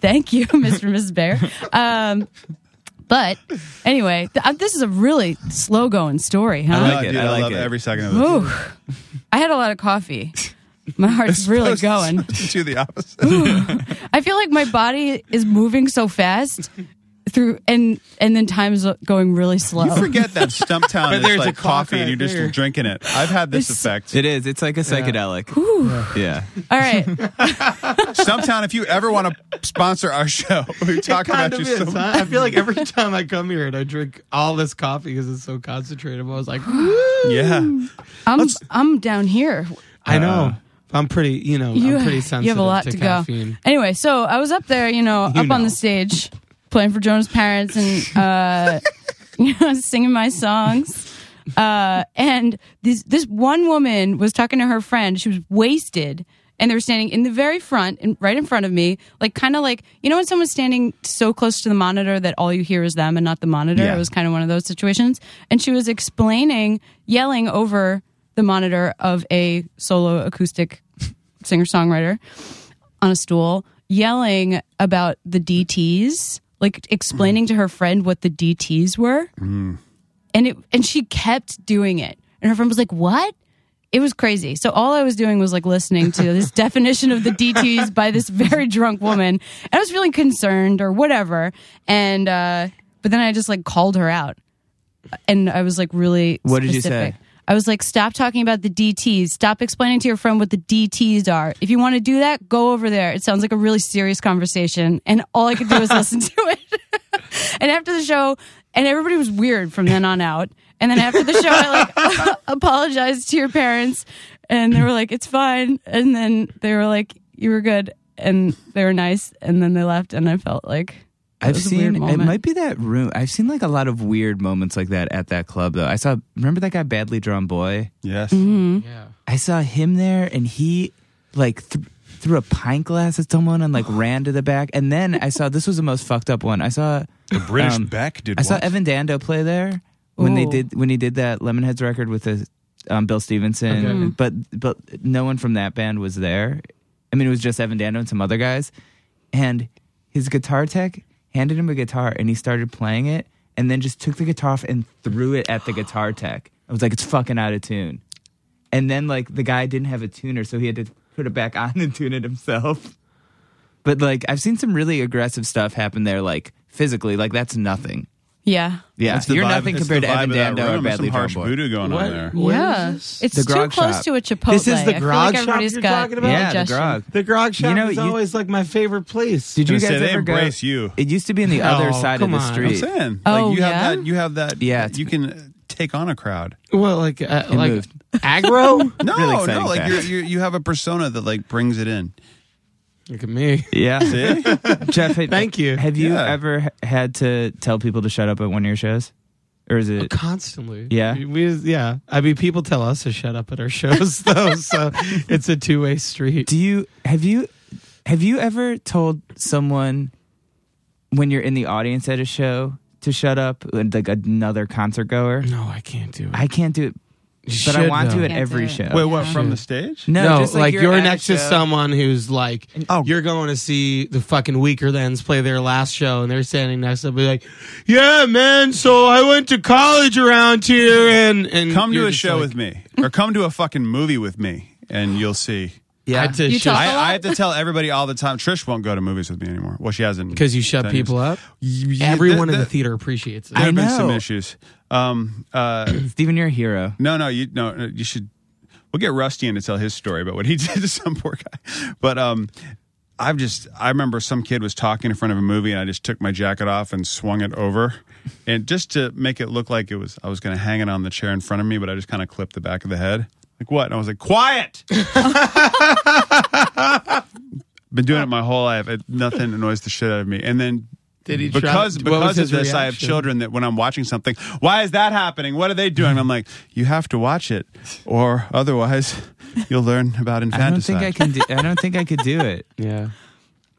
Thank you, *laughs* Mr. and Mrs. Bear. Um, but anyway, th- uh, this is a really slow going story, huh?
I like
Oh,
it.
dude,
I like
love
it.
every second of *laughs* this.
Ooh, I had a lot of coffee. My heart's really
*laughs*
going.
Do the opposite.
I feel like my body is moving so fast through and and then time's going really slow.
You forget that Stumptown is
there's
like
a clock
coffee and
right
you're just
there.
drinking it. I've had this effect.
It is. *laughs* It's like a psychedelic. Yeah.
*laughs*
All right.
Stumptown, if you ever want to sponsor our show, *laughs* we talk
kind
about
of
you
is,
so
huh?
much.
I feel like every *laughs* time I come here and I drink all this coffee because it's so concentrated, I'm *gasps* always like, Uh,
Yeah.
I'm I'm down here.
I know. I'm pretty, you know,
You,
I'm pretty
you
sensitive
have a lot to, go.
caffeine.
Anyway, so I was up there, you know,
You
up on
know.
the stage playing for Jonah's parents and uh *laughs* you know, singing my songs. Uh and this this one woman was talking to her friend. She was wasted. And they were standing in the very front, and right in front of me, like kind of like you know when someone's standing so close to the monitor that all you hear is them and not the monitor.
Yeah.
It was kind of one of those situations. And she was explaining, yelling over the monitor of a solo acoustic singer songwriter on a stool yelling about the DTs, like explaining to her friend what the DTs were. And it and she kept doing it. And her friend was like, "What?" It was crazy. So all I was doing was like listening
*laughs*
to this definition of the DTs by this very drunk woman. And I was feeling concerned or whatever. And uh but then I just like called her out. And I was like really
What did you
specific.
say?
I was like, stop talking about the DTs. Stop explaining to your friend what the DTs are. If you want to do that, go over there. It sounds like a really serious conversation. And all I could do was listen to it. and after the show, and everybody was weird from then on out. And then after the show, I like *laughs* apologized to your parents. And they were like, it's fine. And then they were like, you were good. And they were nice. And then they left. And I felt like, that
I've
was a weird
seen it
moment.
might be that room. I've seen like a lot of weird moments like that at that club though. I saw remember that guy badly drawn boy?
Yes.
Mm-hmm.
Mm-hmm.
Yeah.
I saw him there and he like th- threw a pint glass at someone and like ran to the back. And then I saw this was the most fucked up one. I saw
The British
Um,
Beck did
I saw
what?
Evan Dando play there when they
Ooh.
did when he did that Lemonheads record with the, um, Bill Stevenson.
Okay. Mm.
But but no one from that band was there. I mean, it was just Evan Dando and some other guys. And his guitar tech handed him a guitar and he started playing it and then just took the guitar off and threw it at the guitar tech. I was like, it's fucking out of tune. And then like the guy didn't have a tuner, so he had to put it back on and tune it himself. But like I've seen some really aggressive stuff happen there, like physically, like that's nothing.
yeah.
Yeah,
That's the
you're
vibe-
nothing
it's
compared
the
to Evan
vibe of that
Dando or
room. There's
Badly
some harsh
Drawn Boy.
voodoo going on
What?
there.
Where
yeah.
is this?
It's
The
too
grog
close
shop.
to a Chipotle.
This is the
I feel
grog
like
shop
everybody's
you're
got
talking about?
Yeah, the
indigestion.
grog.
The grog shop
You know,
is
you-
always like my favorite place.
Did you
Gonna
guys
say, they
ever go-
embrace you.
It used to be on the other
Oh,
side of
come
the
on.
I'm
street.
saying,
Oh,
like you
yeah?
have that, you have that.
Yeah, it's-
you can uh, take on a crowd.
Well, like uh,
It
like *laughs*
moved.
aggro. *laughs*
No,
Really exciting
no, like
fact.
you're, you're, you have a persona that like brings it in.
Look at me.
Yeah, *laughs* Jeff. had-
Thank you.
Have you
Yeah.
ever h- had to tell people to shut up at one of your shows? or is
Oh,
it?
*laughs* Constantly.
Yeah?
We, yeah. I mean, people tell us to shut up at our *laughs* shows, though. so it's a two way street.
Do you have you have you ever told someone when you're in the audience at a show to shut up, like another concert goer?
No, I can't do it.
I can't do it, but I want to at
Can't
every
do it.
show.
Wait, what?
Yeah.
From the stage?
No,
No,
just
like, you're,
at a
next to
show.
someone who's like,
Oh.
you're going to see the fucking weaker thans play their last show, and they're standing next to, be like, yeah, man. So I went to college around here, and and
Come to
you're
a
just
show
like-
with me, or come to a fucking movie with me, and you'll see.
Yeah.
I did
You
shut-
talk-
I, I have to tell everybody all the time. Trish won't go to movies with me anymore. Well, she hasn't
'Cause you shut
ten years.
people up?
Y- y-
Everyone
th-
in the
th-
theater appreciates it.
There have been some
know.
issues. Um, uh,
Steven, you're a hero.
No, no, you no, no, you should. We'll get Rusty in to tell his story about what he *laughs* did to some poor guy. But um, I've just I remember some kid was talking in front of a movie, and I just took my jacket off and swung it over, and just to make it look like it was I was going to hang it on the chair in front of me, but I just kind of clipped the back of the head. Like what? And I was like, quiet. *laughs* Been doing it my whole life. It, nothing annoys the shit out of me. And then
Did he try-
because
what was
because of
his
this, I have
reaction?
children children that when I'm watching something, why is that happening? What are they doing? I'm like, you have to watch it, or otherwise you'll learn about
I
infanticide.
don't think I can. Do, I don't think I could do *laughs* it.
Yeah.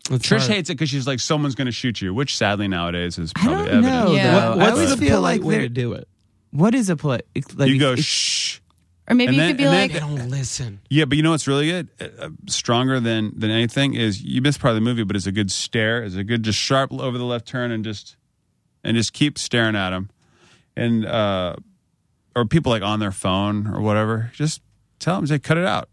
Trish hates it because she's like, someone's going to shoot you, which sadly nowadays is probably
don't know,
evident.
Yeah.
though.
What-
I
What's
always
the
feel
polite
like
way
there-
to do it?
What is a play? it's Like,
You go
it's-
shh.
Or maybe
And
you
then-
could be
and
like,
then-
They don't listen.
Yeah, but you know what's really good, Uh, uh, stronger than than anything is you miss part of the movie, but it's a good stare, it's a good just sharp over the left turn and just and just keep staring at him, and uh, or people like on their phone or whatever, just tell them, say, cut it out.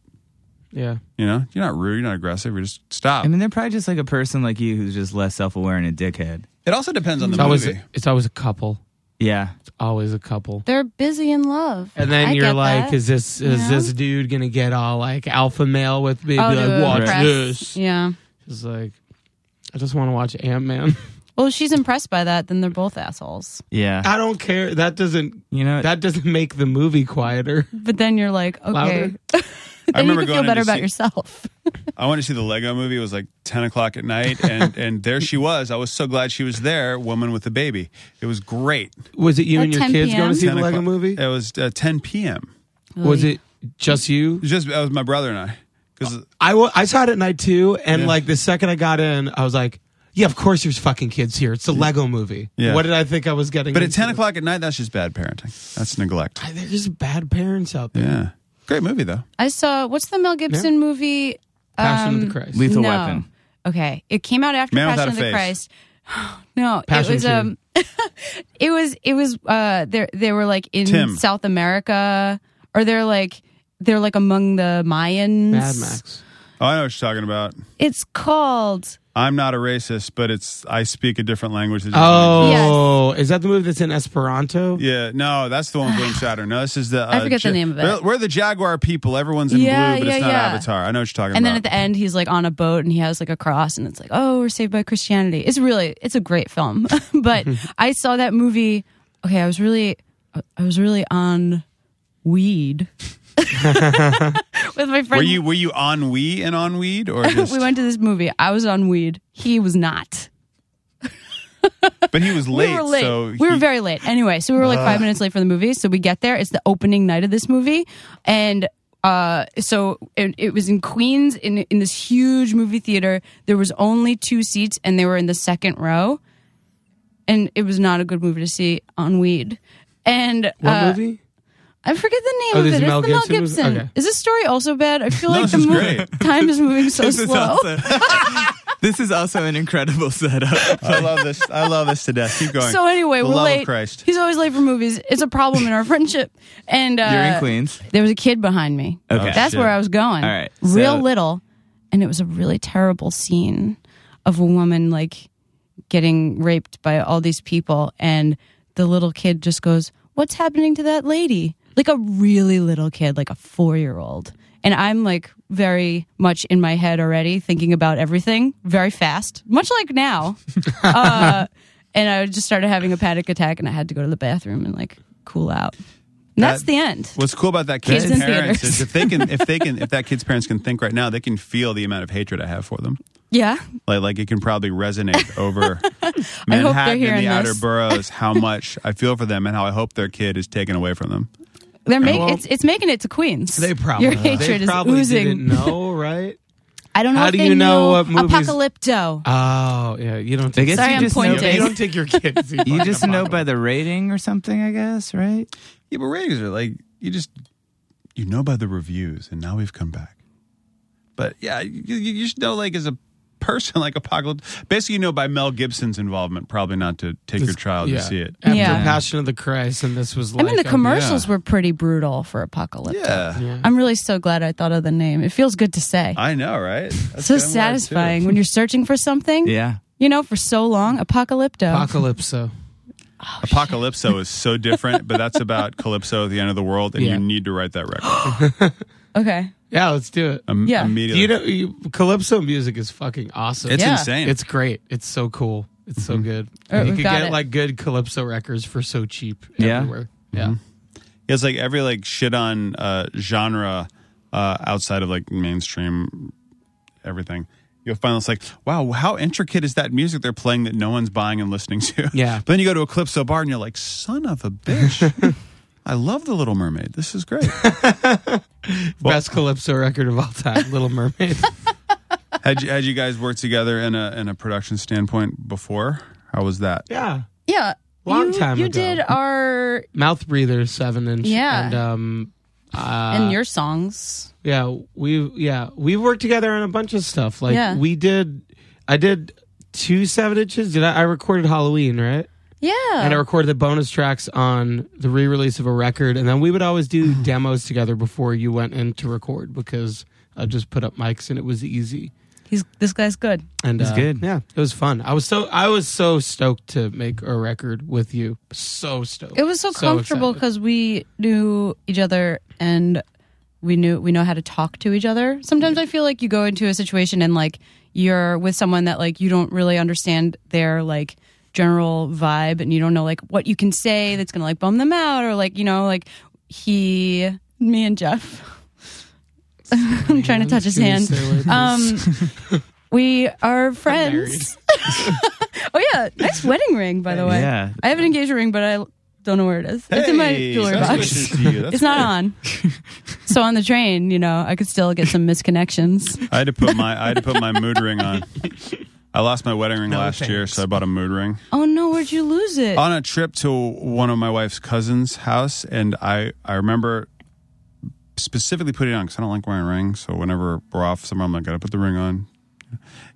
Yeah.
You know, you're not rude, you're not aggressive, you're just stop.
I mean, they're probably just like a person like you who's just less self-aware and a dickhead.
it also depends on the
It's always,
movie.
it's always a couple.
Yeah.
It's always a couple.
they're busy in love.
And then
I
you're
get
like,
that.
is this is
Yeah.
this dude gonna get all like alpha male with me?
I'll
Be
do
like,
a
watch
press."
this.
Oh, Yeah.
It's like, I just want to watch Ant Man.
Well, if she's impressed by that, then they're both assholes.
Yeah.
*laughs* I don't care. That doesn't
you know.
that doesn't make the movie quieter.
But then you're like, okay.
Louder?
I
*laughs* then you
remember
can feel
going
better
to
about
see-
yourself.
I went to see the Lego movie. It was like 10 o'clock at night,
*laughs*
and, and there she was. I was so glad she was there, woman with a baby. It was great.
Was it you
At
and your
10
kids going
p.m.?
to see the
10
Lego
o'clock-
movie?
It was uh, 10 p.m.
Was it just you?
It was just, that was my brother and I. Because
I wa- I saw it at night too, and like the second I got in, I was like, yeah, of course there's fucking kids here. It's a Lego movie.
Yeah.
What did I think I was getting?
But at
into?
10 o'clock at night, that's just bad parenting. That's neglect.
I- there's just bad parents out there.
Yeah. Great movie, though.
I saw what's the Mel Gibson movie?
Passion
Um,
of the Christ.
Lethal Weapon.
Okay, it came out after
Man Without
Passion
a
of the
Face.
Christ. *gasps* No,
Passion
it was
two.
um, *laughs* it was it was uh, they they were like in
Tim.
South America, or they're like they're like among the Mayans.
Mad Max.
Oh, I know what you're talking about.
It's called
I'm not a racist, but it's I speak a different language. than you.
Oh, is that the movie that's in Esperanto?
Yeah, no, that's the one with
*sighs*
William Shatner. No, this is the.
I
uh,
forget the name of it.
We're, we're the Jaguar people. Everyone's in
Yeah,
blue, but
yeah,
it's not
yeah.
Avatar. I know what you're talking
and
about.
then at the end he's like on a boat and he has like a cross and it's like oh we're saved by christianity it's really it's a great film *laughs* but i saw that movie okay i was really i was really on weed *laughs* with my friend
were you were you on we and on weed or just?
*laughs* we went to this movie i was on weed he was not
but he was late,
we were late
so
we were
he-
very late anyway so we were like five minutes late for the movie so we get there it's the opening night of this movie and uh, so it, it was in Queens in in this huge movie theater. There was only two seats, and they were in the second row. And it was not a good movie to see on weed. And
What
uh,
movie?
I forget the name
Oh,
of
this
it.
is
It's
Mel
the Mel
Gibson was-
Gibson.
okay.
Is this story also bad? I feel like
this
the
is
mo-
great.
*laughs* time is moving so
This is
slow.
*laughs* also- this is also an incredible setup.
*laughs* I love this. I love this to death. Keep going.
So anyway,
the
we're
love
late.
Of Christ.
He's always late for movies. It's a problem in our *laughs* friendship. And uh,
*laughs* You're in Queens.
There was a kid behind me.
Okay.
That's
shit.
where I was going.
Oh, All right,
Real
so-
little. And it was a really terrible scene of a woman like getting raped by all these people. And the little kid just goes, What's happening to that lady? Like a really little kid, like a four year old. And I'm like very much in my head already, thinking about everything very fast, much
*laughs*
like now. uh, and I just started having a panic attack, and I had to go to the bathroom and like cool out. And that's
That-
the end.
What's cool about that
Kids
kid's
in
parents
theaters.
is if they can, if they
*laughs*
can, if that kid's parents can think right now, they can feel the amount of hatred I have for them.
Yeah.
Like, like it can probably resonate over
*laughs* I hope they're
Manhattan and
hearing
the outer
this.
boroughs, how much I feel for them and how I hope their kid is taken away from them.
They're making
Well-
it's, it's making it to Queens.
They probably
your hatred
they
is
probably didn't
oozing.
know,
*laughs*
right?
I don't know.
How
if
do
they
you know what movies-
Apocalypto.
Oh yeah, you don't.
I
Take,
guess
Sorry,
you
I'm
just know-
pointing.
*laughs*
you don't take your kids.
You just know by the rating or something, I guess, right?
Yeah, but ratings are like you just you know by the reviews, and now we've come back. But yeah, you, you you should know like as a person, *laughs* like apocalypse. Basically, you know by Mel Gibson's involvement, probably not to take your child
yeah.
to see it.
After
Yeah.
Passion of the Christ, and this was.
I
Like,
mean, the
um,
commercials were pretty brutal for Apocalypto.
Yeah,
yeah.
I'm really so glad I thought of the name. It feels good to say.
I know, right? That's kinda what
so
I do.
satisfying when you're searching for something.
Yeah.
You know, for so long, Apocalypto.
Apocalypso.
Apocalypso is so different, but that's about *laughs* Calypso, the end of the world, and
Yeah.
you need to write that record
okay.
Yeah, let's do it.
Im-
Yeah.
immediately.
you know, you, Calypso music is fucking awesome.
it's
Yeah.
insane.
It's great. It's so cool. It's
Mm-hmm.
so good.
All right,
you
we've
could
got
get
it.
like good Calypso records for so cheap
Yeah. Mm-hmm.
everywhere. Yeah.
It's like every like shit on uh, genre uh, outside of like mainstream everything. You'll find it's like, wow, how intricate is that music they're playing that no one's buying and listening to?
Yeah.
*laughs* But then you go to Eclipso Bar and you're like, son of a
*laughs*
bitch. I love The Little Mermaid. This is great.
Best Calypso record of all time,
*laughs*
Little Mermaid.
had, you, had you guys worked together in a, in a production standpoint before? How was that?
yeah.
Yeah.
Long
you,
time
You
ago.
did our
Mouth Breather, seven inch.
Yeah.
And um uh,
and your songs.
Yeah, we yeah we worked together on a bunch of stuff. Like
Yeah.
we did, I did two seven inches. Did I? I recorded Halloween right,
Yeah.
and I recorded the bonus tracks on the re-release of a record, and then we would always do demos together before you went in to record because I just put up mics and it was easy.
He's this guy's good.
And
It's
uh,
good.
Yeah, it was fun. I was so I was so stoked to make a record with you. So stoked.
It was so, comfortable
excited.
because we knew each other and we knew we know how to talk to each other. Sometimes I feel like you go into a situation and like you're with someone that like you don't really understand their like general vibe and you don't know like what you can say that's gonna like bum them out or like you know like he me and Jeff. *laughs* I'm trying to touch his
Can you
hand.
say what it
*laughs* Um, we are
married.
friends. *laughs* oh yeah, nice wedding ring by the way.
Yeah.
I have an engagement ring, but I don't know where it is. it's in my
Hey,
jewelry
that's
box.
gracious to you. That's
It's not
great.
on. so on the train, you know, I could still get some misconnections.
I had to put my I had to put my mood ring
*laughs*
on. I lost my wedding ring
No,
last year,
thanks.
so I bought a mood ring.
Oh no, where'd you lose it?
on a trip to one of my wife's cousins' house, and I I remember specifically putting it on because I don't like wearing rings. So whenever we're off somewhere, I'm like, gotta put the ring on.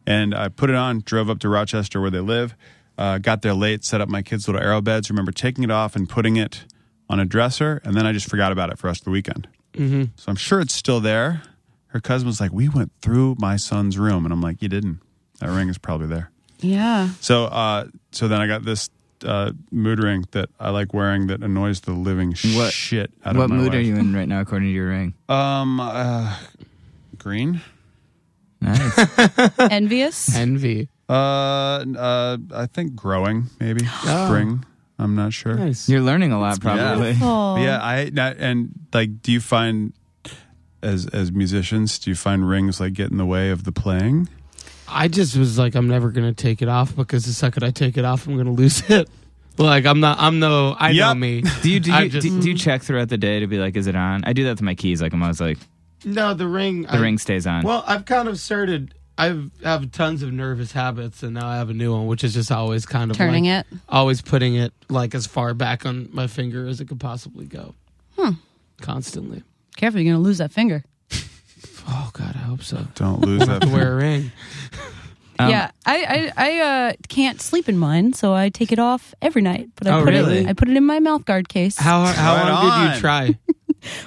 And I put it on, drove up to Rochester where they live, uh, got there late, set up my kids' little arrow beds. Remember taking it off and putting it on a dresser, and then I just forgot about it for the rest of the weekend. Mm-hmm. So I'm sure it's still there. Her cousin was like, "We went through my son's room," and I'm like, "You didn't. That ring is probably there."
yeah.
So, uh, so then I got this uh, mood ring that I like wearing that annoys the living
What-
shit out
what
of my
mood are
wife.
you in right now, according to your *laughs* ring?
Um, uh, green.
Nice.
*laughs*
Envious.
Envy.
Uh, n- uh, I think growing
*gasps*
maybe
Oh.
spring. I'm not sure.
Nice.
You're learning a lot, probably.
Oh.
But yeah, I not, and like, do you find as as musicians, do you find rings like get in the way of the playing?
I just was like, I'm never gonna take it off because the second I take it off, I'm gonna lose *laughs* it. Like I'm not. I'm no. I know
Yep.
me.
Do you do
I
you,
just- Mm.
do, do you check throughout the day to be like, is it on? I do that to my keys. Like I'm always like,
*laughs* No, the ring.
Uh,
the ring stays on.
Well, I've kind of started. I've have tons of nervous habits, and now I have a new one, which is just always kind of
Turning
like-
it?
always putting it like as far back on my finger as it could possibly go. Hmm. Constantly.
Careful, you're gonna lose that finger.
Oh God, I
*laughs*
hope so.
*laughs*
Don't lose that.
To wear a ring.
Um,
yeah. I I, I uh, can't sleep in mine, so I take it off every night. But I
Oh,
put
really?
it I put it in my mouth guard case.
How how
Right
long did
on.
you try?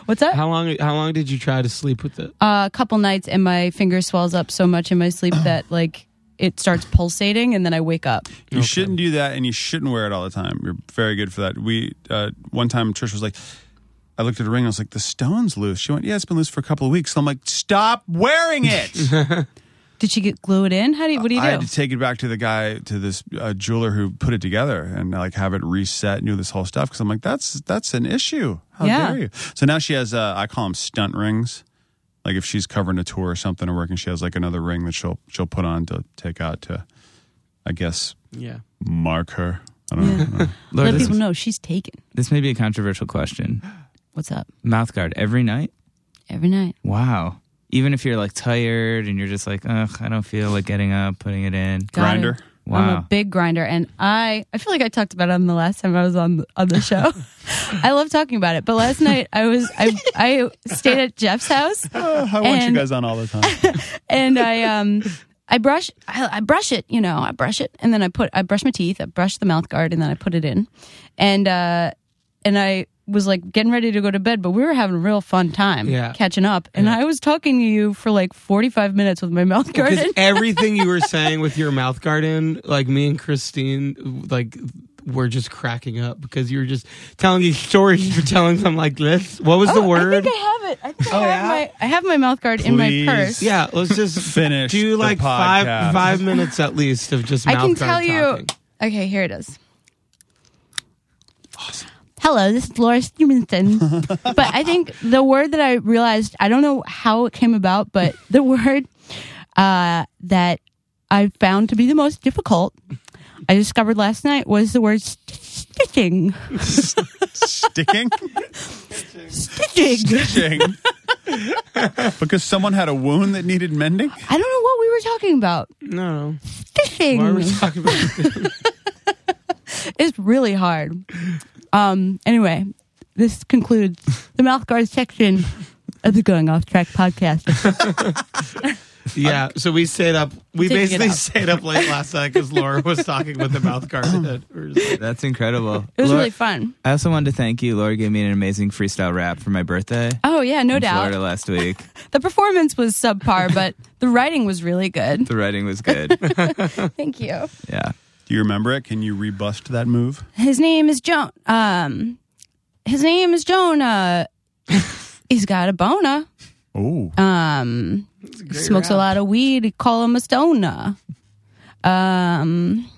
What's that? Uh,
How long how long did you try to sleep with it?
a couple nights and my finger swells up so much in my sleep that like it starts pulsating and then I wake up.
You shouldn't do that, and you shouldn't wear it all the time. You're very good for that. We uh, one time Trish was like, I looked at her ring. I was like, the stone's loose. She went, Yeah, it's been loose for a couple of weeks. So I'm like, Stop wearing
*laughs*
it.
Did she get glue it in? How do you, what do you
I
do?
had to take it back to the guy to this uh, jeweler who put it together and uh, like have it reset and do this whole stuff because I'm like, that's that's an issue. How
Yeah.
dare you? So now she has uh, I call them stunt rings. Like if she's covering a tour or something or working, she has like another ring that she'll she'll put on to take out to, I guess
Yeah.
mark her. I don't know.
Laura,
Let
this,
people know she's taken.
this may be a controversial question.
What's up?
Mouth guard every night?
Every night.
Wow. Even if you're like tired and you're just like, ugh, I don't feel like getting up, putting it in.
Got it.
Grinder.
I'm
Wow.
a big grinder, and I I feel like I talked about it on the last time I was on the, on the show. *laughs* I love talking about it, but last night I was I I stayed at Jeff's house,
Uh, I want
And-
you guys on all the time. *laughs*
and I um I brush I, I brush it, you know, I brush it, and then I put I brush my teeth, I brush the mouth guard, and then I put it in, and uh and I was like getting ready to go to bed, but we were having a real fun time
Yeah.
catching up, and I was talking to you for like forty five minutes with my mouth guard.
Because
in.
everything you were saying with your mouth guard in, like me and Christine, like were just cracking up because you were just telling these stories. You're telling them like this. What was the
Oh, *laughs* I
word?
think I have it. I think I
Oh,
have
yeah?
my I have my mouth guard in my
Please.
purse.
yeah, let's just
Finish
Do
the
like five
podcast.
five minutes at least of just.
I
Mouth
can
guard
tell you.
talking.
Okay, here it is. Awesome. Hello, this is
*laughs*
Laura Stevenson. but I think the word that I realized, I don't know how it came
*laughs*
about, but the word uh, that I found to be the most difficult I discovered last night was the word st- stitching.
Sticking?
Stitching.
Sticking. *laughs* because someone had a wound that needed mending?
I don't know what we were talking about.
No,
Stitching.
why are we talking about?
*laughs* It's really hard. Um. Anyway, this concludes the mouth guard section of the Going Off Track podcast.
Yeah, so we stayed up. We
Taking it
basically
out.
stayed up late last night because Laura was talking with the mouth guard.
*laughs*
in. We were just like,
That's incredible.
It was
Laura-
really fun.
I also wanted to thank you. Laura gave me an amazing freestyle rap for my birthday.
Oh yeah, no
in
doubt.
Florida last
*laughs*
week.
The performance was subpar, but the writing was really good.
The writing was good.
Thank you.
Yeah.
Do you remember it? Can you rebust that move?
His name is Joan. Um, his name is Joan. Uh, he's got a bona.
Oh.
Um,
great
smokes a
rap.
lot of weed. He Call him a stoner. Um,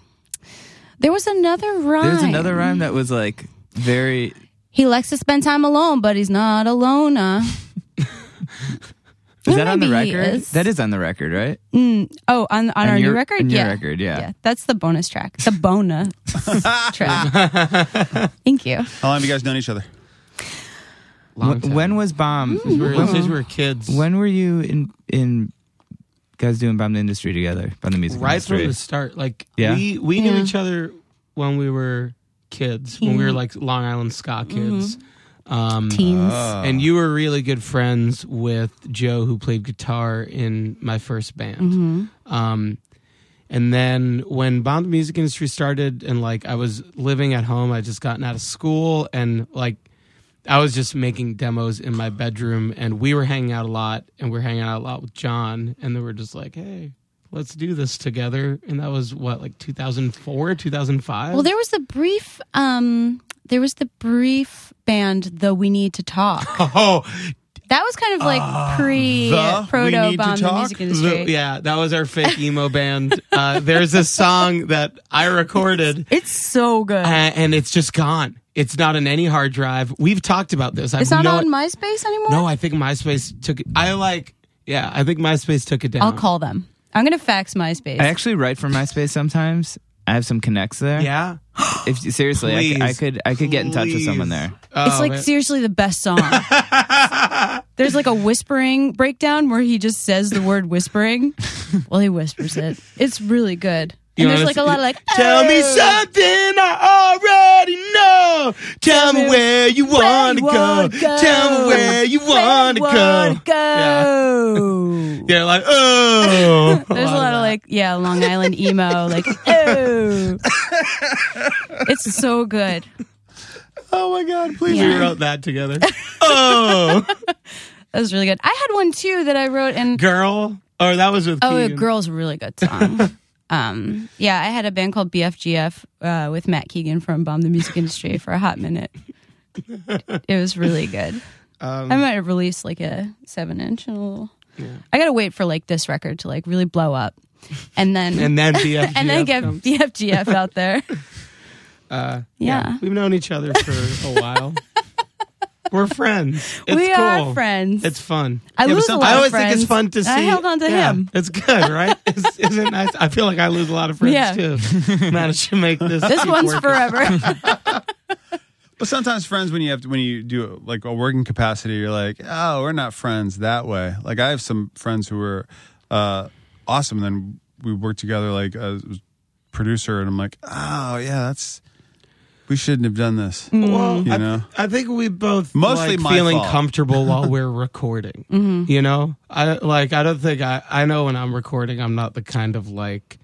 there was another rhyme.
There's another rhyme that was like very
He likes to spend time alone, but he's not a loner.
Is
Well,
that on the
maybe he
record?
is.
That is on the record, right?
Oh, on on
On
our
your-
new record,
on your
yeah,
record, yeah.
That's the bonus track, the bona track. Thank you.
How long have you guys known each other?
Long
Wh-
time.
When was Bomb?
we were,
When,
since we were kids,
when were you in in guys doing Bomb the Industry together? Bomb the music
right
industry.
from the start, like
Yeah.
we we knew
Yeah.
each other when we were kids, when we were like Long Island ska kids. Um,
Teens.
and you were really good friends with Joe, who played guitar in my first band.
Mm-hmm.
Um, and then when Bomb the Music Industry started, and like I was living at home, I just gotten out of school, and like I was just making demos in my bedroom, and we were hanging out a lot, and we were hanging out a lot with John, and then we're just like, hey. Let's do this together, and that was what like 2004, 2005.
Well, there was the brief. Um, there was the brief band. The we need to talk.
oh,
That was kind of like pre
The We
proto
Need to
bomb the
Talk?
music industry.
The- yeah, that was our
*laughs*
fake emo band. Uh, there's a song that I recorded,
It's so good.
uh, and it's just gone. It's not on any hard drive. We've talked about this.
it's not on MySpace anymore.
No, I think MySpace took. it- I like. Yeah, I think MySpace took it down.
I'll call them. I'm gonna fax MySpace.
I actually write from MySpace sometimes. I have some connects there.
Yeah,
If seriously, I c-
Please.
I, could I could get in touch with someone there.
Um,
it's like seriously the
*laughs*
best song. There's like a whispering breakdown where he just says the word whispering. well, he whispers it. It's really good. And there's like a lot of like
Tell me
"Oh."
something I already know. Tell me where you want to
you
go.
wanna go.
Tell me where you want to go. *laughs*
go.
They're like,
*laughs*
oh.
There's a lot of like, yeah, Long Island
*laughs*
emo, like, oh. it's so good.
Oh my God, please.
Yeah.
We wrote that
*laughs*
together. Oh.
That was really good. I had one too that I wrote, and
Girl. Or that was with
oh, a
Keegan.
girl's a really
*laughs*
good song. um, yeah, I had a band called BFGF uh, with Matt Keegan from Bomb the Music Industry for a hot minute. It was really good.
Um,
I might have released like a seven inch and a little. I gotta wait for like this record to like really blow up, and then
And then BFGF.
*laughs* and then get
comes.
BFGF out there.
*laughs* Uh,
Yeah. *laughs*
We've known each other for a while. We're friends. It's
We
cool.
are friends.
It's fun.
I
but
lose a
some-
lot
I
of
always
friends.
think it's fun to see.
I held on to
yeah,
him.
It's good,
*laughs*
right? It's, isn't it nice? I feel like I lose a lot of friends
Yeah.
too. Managed to make this.
This
keep
one's
working. *laughs*
forever.
But sometimes friends, when you have to, when you do like a working capacity, you're like, oh, we're not friends that way. Like I have some friends who were uh, awesome. Then we worked together like as producer, and I'm like, oh yeah, that's we shouldn't have done this.
Well,
You
I,
know?
I think we both
Mostly
like,
my
feeling
fault. *laughs*
comfortable while we're recording. You know, I like. I don't think I. I know when I'm recording, I'm not the kind of like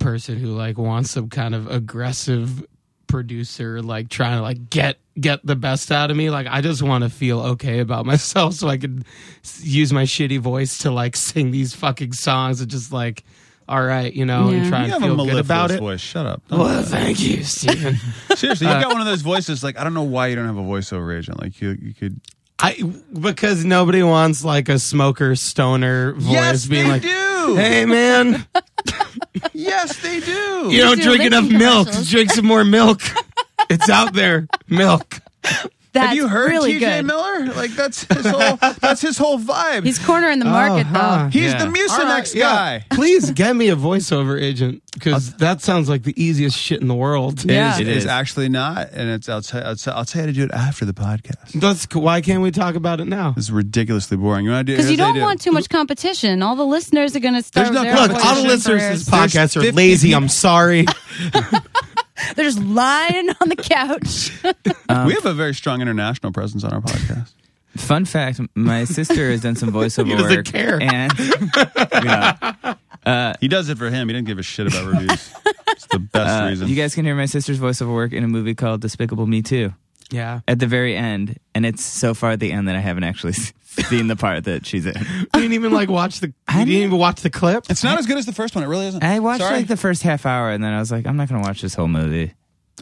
person who like wants some kind of aggressive producer like trying to like get get the best out of me like i just want to feel okay about *laughs* myself so i can s- use my shitty voice to like sing these fucking songs and just like all right you know and
Yeah.
try
You
and
have a
feel good
mellifluous
about it
voice. Shut up. Don't-
well thank you steven
*laughs* Seriously, you have got one of those voices. Like I don't know why you don't have a voiceover agent. Like you, you could.
I because nobody wants like a smoker stoner voice being like,
do.
"Hey
*laughs*
man,
Yes, they do.
you don't
do
drink
licking
enough milk.
commercials."
Drink some more
*laughs*
milk. it's out there, milk."
That's
have you heard
really
TJ
good.
Miller? Like that's *laughs* his whole. that's his whole vibe.
He's cornering the market,
Oh, huh.
though.
He's
Yeah.
the Mucinex
All right,
next
yeah.
guy.
Please get me a voiceover agent because that sounds like the easiest shit in the world.
Yeah.
It
It is
is.
actually not, and it's. I'll tell. I'll tell, I'll tell you how to do it after the podcast.
That's why can't we talk about it now?
This is ridiculously boring. You want to do?
Because you
here's what I do.
don't want too much competition. All the listeners are going to start.
There's no
their
Look,
voice
all the
in
listeners to
careers.
this podcast are
50
lazy.
*laughs*
I'm sorry.
They're just lying on
*laughs*
the couch.
we have a very strong international presence on our podcast.
Fun fact: My sister has done some voiceover
*laughs* He doesn't
work,
care. *laughs*
and Yeah.
*laughs* he does it for him. He didn't give a shit about reviews. it's the best
Uh,
reason.
you guys can hear my sister's voiceover work in a movie called Despicable Me Too
Yeah.
at the very end, and it's so far at the end that I haven't actually *laughs* s- seen the part that she's in.
You didn't even like watch the. You didn't even watch the clip.
it's not as good as the first one. It really isn't.
I watched
Sorry.
like the first half hour, and then I was like, I'm not going to watch this whole movie.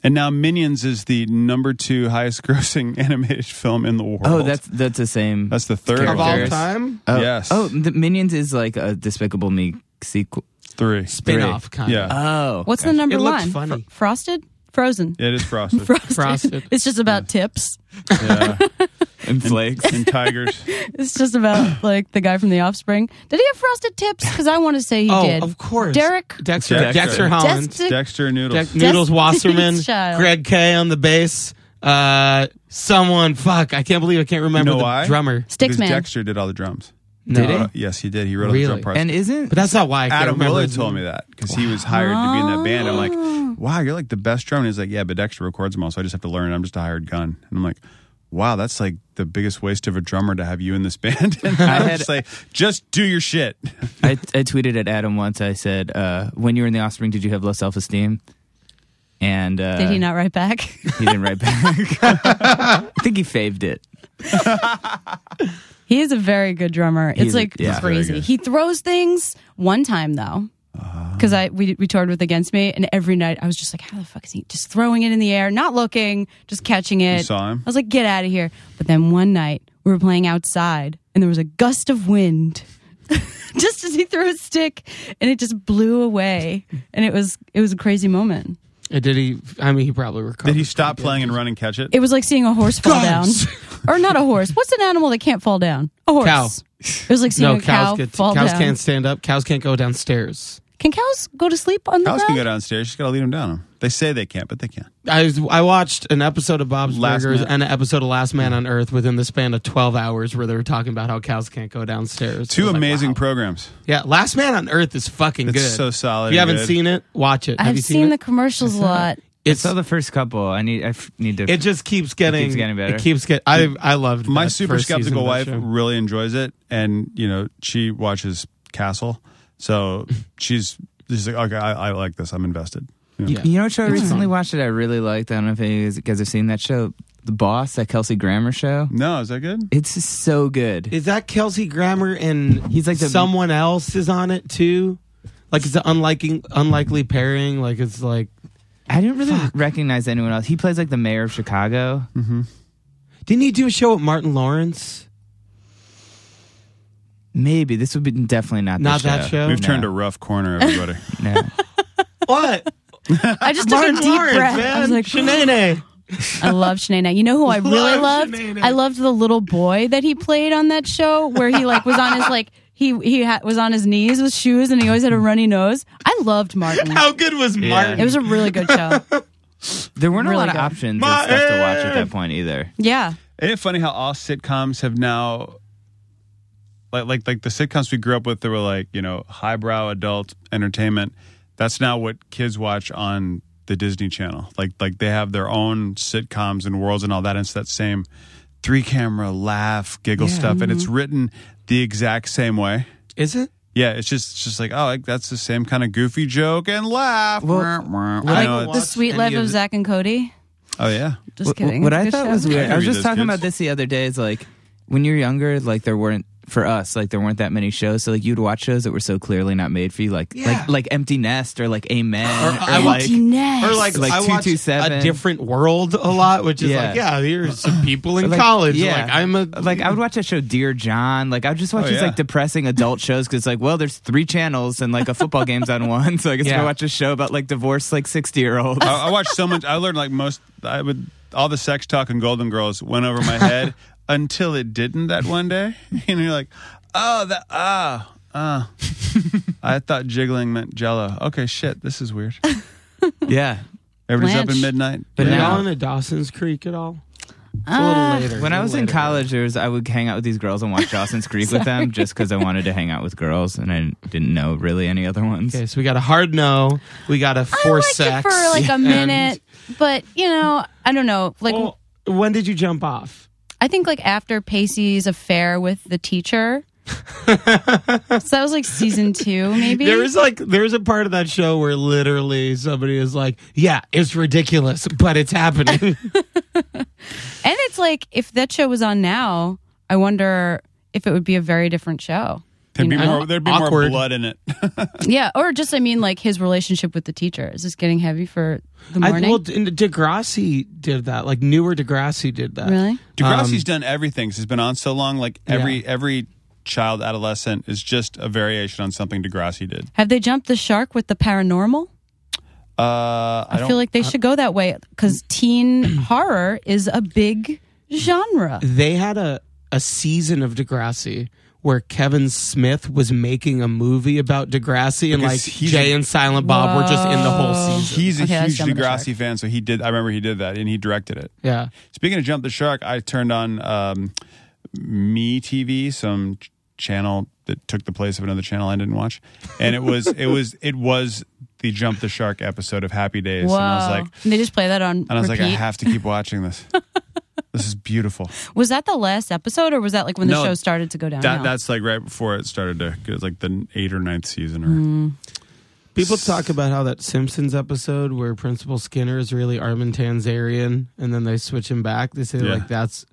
and now Minions is the number two highest grossing *laughs* animated film in the world.
Oh, that's that's the same.
that's the third
of all
characters.
time.
oh,
yes.
Oh, the Minions is like a Despicable Me sequel.
three.
Spin off kind
Yeah,
of.
Oh,
What's the number
It looks
one?
funny.
Fr- frosted? Frozen.
it is frosted.
*laughs* Frosted.
Frosted.
It's just about tips.
yeah.
and
*laughs*
flakes.
and tigers.
It's
*coughs*
just about like the guy from The Offspring. Did he have frosted tips? Because I want to say he
oh,
did.
of course.
Derek
Dexter.
Dexter.
Dexter, Holland.
Dexter-
Dexter Noodles.
Dex- Noodles Wasserman.
Child.
Greg K on the bass. Uh, someone. Fuck. I can't believe I can't remember
You know
the
why?
drummer.
Sticks
Because
man.
Dexter did all the drums.
No.
Did he?
Uh, yes, he did. He wrote all the
Really?
drum parts.
and isn't
But that's not why I can't
Adam
remember.
Willard
his
told me
name.
that because he was hired to be in that band. I'm like, wow, you're like the best drummer. And he's like, yeah, but Dexter records them all, so I just have to learn. I'm just a hired gun. And I'm like, wow, that's like the biggest waste of a drummer to have you in this band. *laughs* And I
had-
had just like, just do your shit.
I, I tweeted at Adam once. I said, uh, "When you were in the offspring, did you have low self esteem?" And uh,
Did he not write back? *laughs*
He didn't write back. I think he faved it.
he is a very good drummer.
He's
it's
a-
like
yeah. He's
very
crazy.
good.
He throws things one time though.
Uh-huh.
Because I we we toured with Against Me, and every night I was just like, "How the fuck is he just throwing it in the air, not looking, just catching it?"
saw him?
I was like, "Get out of here!" But then one night we were playing outside, and there was a gust of wind, *laughs* just as he threw his stick, and it just blew away, and it was it was a crazy moment.
Uh, Did he? I mean, he probably recovered.
Did he stop playing and run and catch it?
It was like seeing a horse fall
Guys.
down, or not a horse. What's an animal that can't fall down? A horse.
Cow.
It was like seeing
No,
a
cows,
cow
get,
fall
cows
down.
can't stand up. Cows can't go downstairs.
Can cows go to sleep on the
Cows can
ground?
go downstairs. You just got to lead them down. They say they can't, but they can.
I was, I watched an episode of Bob's
Last
Burgers
Man.
and an episode of Last Man on Earth within the span of twelve hours, where they were talking about how cows can't go downstairs. I
Two
was like,
amazing
wow.
programs.
Yeah, Last Man on Earth is fucking
It's
good.
so solid
If you
and
haven't
good.
seen it, watch it. Have
I've
you
seen,
seen,
the
it?
commercials a lot.
I
It's
saw the first couple. I need. I f- need to.
it just keeps getting
getting better.
It keeps get. I I loved
my
that
super
first season
skeptical
of that
wife
show.
really enjoys it, and you know she watches Castle,
*laughs*
so she's she's like, okay, I, I like this. I'm invested. You know?
Yeah.
you know what show I recently watched that I really liked. I don't know if any of you guys have seen that show, The Boss, that Kelsey Grammer show.
No, is that good?
It's just so good.
Is that Kelsey Grammer and
He's like the-
someone else is on it too? Like it's an unlikely unlikely pairing. Like it's like
I didn't really recognize anyone else. He plays like the mayor of Chicago.
didn't he do a show with Martin Lawrence?
Maybe this would be definitely not.
Not
the show.
that show?
We've
No,
turned a rough corner,
*laughs*
everybody.
no.
What?
I just took
*laughs*
a
Martin
deep
Lawrence,
breath.
man.
I was like,
Shanae.
I love Shanae. You know who I really
Love
loved?
Shanae.
I loved the little boy that he played on that show, where he like was on his like he he ha- was on his knees with shoes, and he always had a runny nose. I loved Martin.
How good was Martin?
It was a really good show.
There weren't a
Really
lot
good.
of options and stuff to watch at that point either.
Yeah,
Isn't it funny how all sitcoms have now, like like like the sitcoms we grew up with, that were like you know highbrow adult entertainment. That's now what kids watch on the Disney Channel. Like like they have their own sitcoms and worlds and all that. And it's that same three camera laugh giggle stuff, and it's written the exact same way.
Is it?
Yeah, it's just it's just like oh, like, that's the same kind of goofy joke and laugh. I know
the
it's-
Sweet
any
Life
of
of
the-
Zach and Cody.
oh yeah,
Just
Wh- wh-
kidding.
What
It's a
I
good
thought
show.
was weird. I was
Read
just
those
talking
kids.
about this the other day. Is like when you're younger, like there weren't for us, like there weren't that many shows. So like you'd watch shows that were so clearly not made for you, like
Yeah.
like like Empty Nest or like Amen
Or
or,
I
like
watched-
Empty Nest.
Or like,
Like
I watch
227.
a different world a lot, which is
Yeah.
like, yeah, here's some people in
Like,
college.
yeah.
Like I'm a
like I would watch that show Dear John. Like I would just watch
Oh,
these
yeah.
like depressing *laughs* adult shows because like well there's three channels and like a football game's on one, so I guess
Yeah.
I watch a show about like divorced like sixty year olds.
I, I watched so much. I learned like most. I would all the sex talk and Golden Girls went over my
*laughs*
head until it didn't that one day, *laughs* and you're like, oh, that ah
*laughs*
ah. I thought jiggling meant Jello. Okay, shit, this is weird.
yeah.
Everybody's up
Blanche.
at midnight.
But
Were
Yeah.
now-
y'all into Dawson's Creek at all? It's
Ah.
a little later.
When
a
I
little
was in
later.
college, there was, I would hang out with these girls and watch Dawson's Creek with them just because I wanted to hang out with girls and I didn't know really any other ones.
Okay, so we got a hard no. We got a
I
forced
liked
sex
it for like a
*laughs* and-
minute, but you know, I don't know. Like
Well, when did you jump off?
I think like after Pacey's affair with
*laughs*
the teacher. so that was like season two, maybe.
There is like there is a part of that show where literally somebody is like, "Yeah, it's ridiculous, but it's happening."
and it's like if that show was on now, I wonder if it would be a very different show.
there'd be
you know?
more. There'd be
Awkward.
more blood in it. *laughs*
Yeah, or just I mean like his relationship with the teacher. Is this getting heavy for the
*laughs* I,
morning?
well, and Degrassi did that. Like newer Degrassi did that.
really?
Degrassi's
Um,
done everything. 'cause He's been on so long. Like every every child adolescent is just a variation on something Degrassi did.
Have they jumped the shark with the paranormal?
Uh, I,
I,
don't
feel like they should go that way because teen horror is a big genre.
they had a, a season of Degrassi where Kevin Smith was making a movie about Degrassi and like
Because he's-
Jay and Silent Bob were just in the whole season.
He's a
Okay, that's
huge
Jump the Shark.
Degrassi fan, so he did. I remember he did that, and he directed it.
Yeah.
Speaking of jump the shark, I turned on um, Me TV, some ch- channel that took the place of another channel I didn't watch, and it was it was it was the jump the shark episode of Happy Days,
Wow.
and I was like,
And they just play that on
and I was
repeat.
like, I have to keep watching
*laughs*
this. this is beautiful.
Was that the last episode, or was that like when the
No,
show started to go down?
That that's like right before it started to it was like the eight or ninth season, or
Mm. People talk about how that Simpsons episode where Principal Skinner is really Armin Tanzarian and then they switch him back. They say
Yeah.
like that's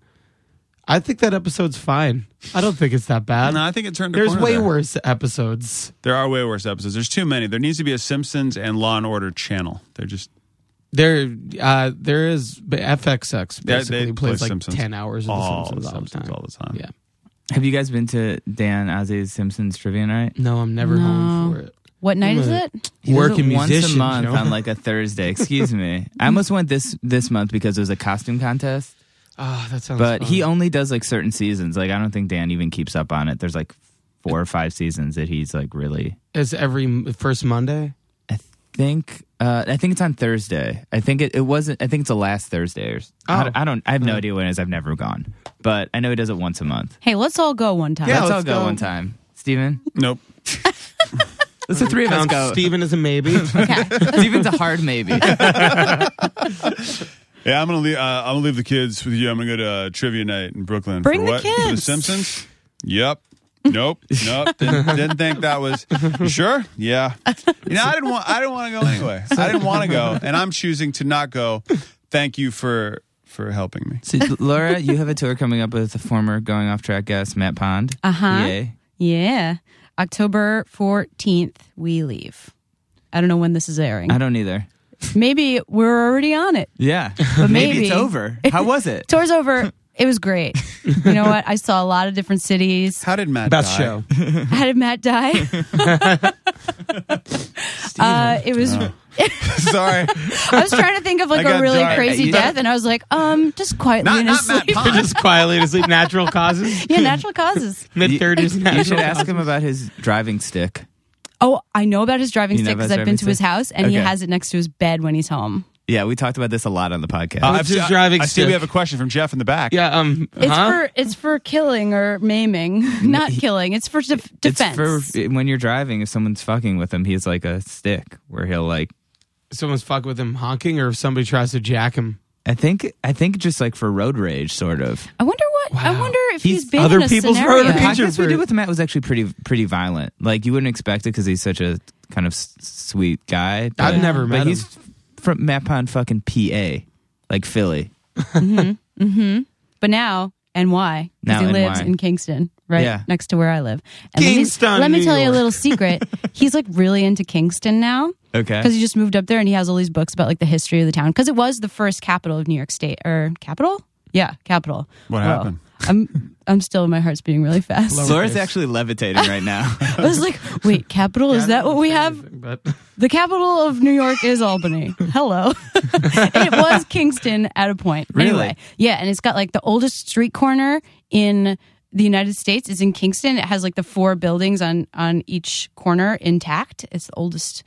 I think that episode's fine. I don't think it's that bad.
no, I think it turned. a
There's
corner
way
there.
worse episodes.
There are way worse episodes. There's too many. There needs to be a Simpsons and Law and Order channel. They're just
There, uh, there is but FXX
they-
basically
they
plays
play
like
Simpsons
ten hours of
all
the Simpsons,
the Simpsons
all
all
the
the
time.
time.
Yeah,
Have you guys been to Dan Ozzy's Simpsons Trivia Night?
no, I'm never home for it.
what night
Mm.
is
Right.
it?
He does
Work
it
and
once
musician,
a month
you know?
on like a Thursday. Excuse *laughs* me. I almost went this this month because it was a costume contest,
Ah, that sounds.
but
fun.
he only does like certain seasons. Like I don't think Dan even keeps up on it. There's like four or five seasons that he's like really.
is every m- first Monday.
I think uh, I think it's on Thursday. I think it, it wasn't. I think it's the last Thursday. Or, I,
Oh.
don't, I don't. I have no idea when it is. I've never gone, but I know he does it once a month.
Hey, let's all go one time.
Yeah,
let's, all
let's
go,
go.
one time, Steven.
nope.
Let's the three of us
Counts
go.
Steven is a
*laughs*
maybe.
*laughs*
*laughs*
Steven's a hard *laughs* maybe.
Yeah, I'm gonna leave. Uh, I'm gonna leave the kids with you. I'm gonna go to uh, trivia night in Brooklyn.
Bring
for
the
what? For the
kids.
Simpsons. Yep.
*laughs*
Nope. Nope. Didn't, didn't think that was. You sure? Yeah. You know, I didn't want. I didn't want to go
*laughs*
anyway. I didn't want to go, and I'm choosing to not go. Thank you for for helping me.
So, Laura, you have a tour coming up with the former going off track guest Matt Pond.
Uh huh.
Yay.
Yeah. October fourteenth, we leave. I don't know when this is airing.
I don't either.
Maybe we're already on it.
Yeah,
But
it's
maybe-
over. How was *laughs* it?
Tour's over. It
*laughs*
was great. You know what? I saw a lot of different cities.
How did Matt?
Best
die?
show. *laughs*
How did Matt die? uh, it
*laughs*
was
*laughs*
Sorry.
I was trying to think of
I
like a
got
really
dark.
crazy
You-
death, and I was like, um, just quietly
Not,
in
not
*laughs*
his
Matt
sleep.
You're
Pond.
just quietly to sleep. Natural causes.
Yeah, natural causes.
Mid thirties.
You should ask *laughs* him about his driving stick.
Oh, I know about his driving
You know
stick
about
because I've been
driving
to his
stick?
house, and he
Okay.
has it next to his bed when he's home.
Yeah, we talked about this a lot on the podcast.
Uh,
I've
What's his
seen-
driving
I see we
stick?
have a question from Jeff in the back.
Yeah. Um.
It's
Uh-huh.
huh?
for it's for killing or
*laughs*
maiming, not killing. It's for def-
it's
defense.
for when you're driving. If someone's fucking with him, he's like a stick where he'll like.
someone's fuck with him honking, or if somebody tries to jack him.
I think. I think just like for road rage, sort of.
I wonder what. I
Wow.
wonder if
He's-
he's, been
other
in a
people's
scenario.
The
murder Yeah.
podcast we
For-
did with Matt was actually pretty pretty violent. Like you wouldn't expect it because he's such a kind of s- sweet guy. but-
I've never met
But
him.
he's from Matt Pond, fucking PA, like Philly.
But now and why?
Now
Because he
and
lives
why.
in Kingston, right
Yeah.
next to where I live. And
Kingston,
Let me, let me
New
tell you a
York.
little secret.
*laughs*
he's like really into Kingston now. *laughs*
Okay.
Because he just moved up there and he has all these books about like the history of the town. Because it was the first capital of New York State or capital? Yeah, capital.
What
Whoa.
happened?
I'm I'm still my heart's beating really fast.
Laura's actually levitating right now.
*laughs* I was like, wait, capital?
*laughs*
Is that what we have?
But
*laughs* The capital of New York is Albany. *laughs* Hello. and it was Kingston at a point. Anyway, yeah, and it's got like the oldest street corner in the United States is in Kingston. It has like the four buildings on on each corner intact. It's the oldest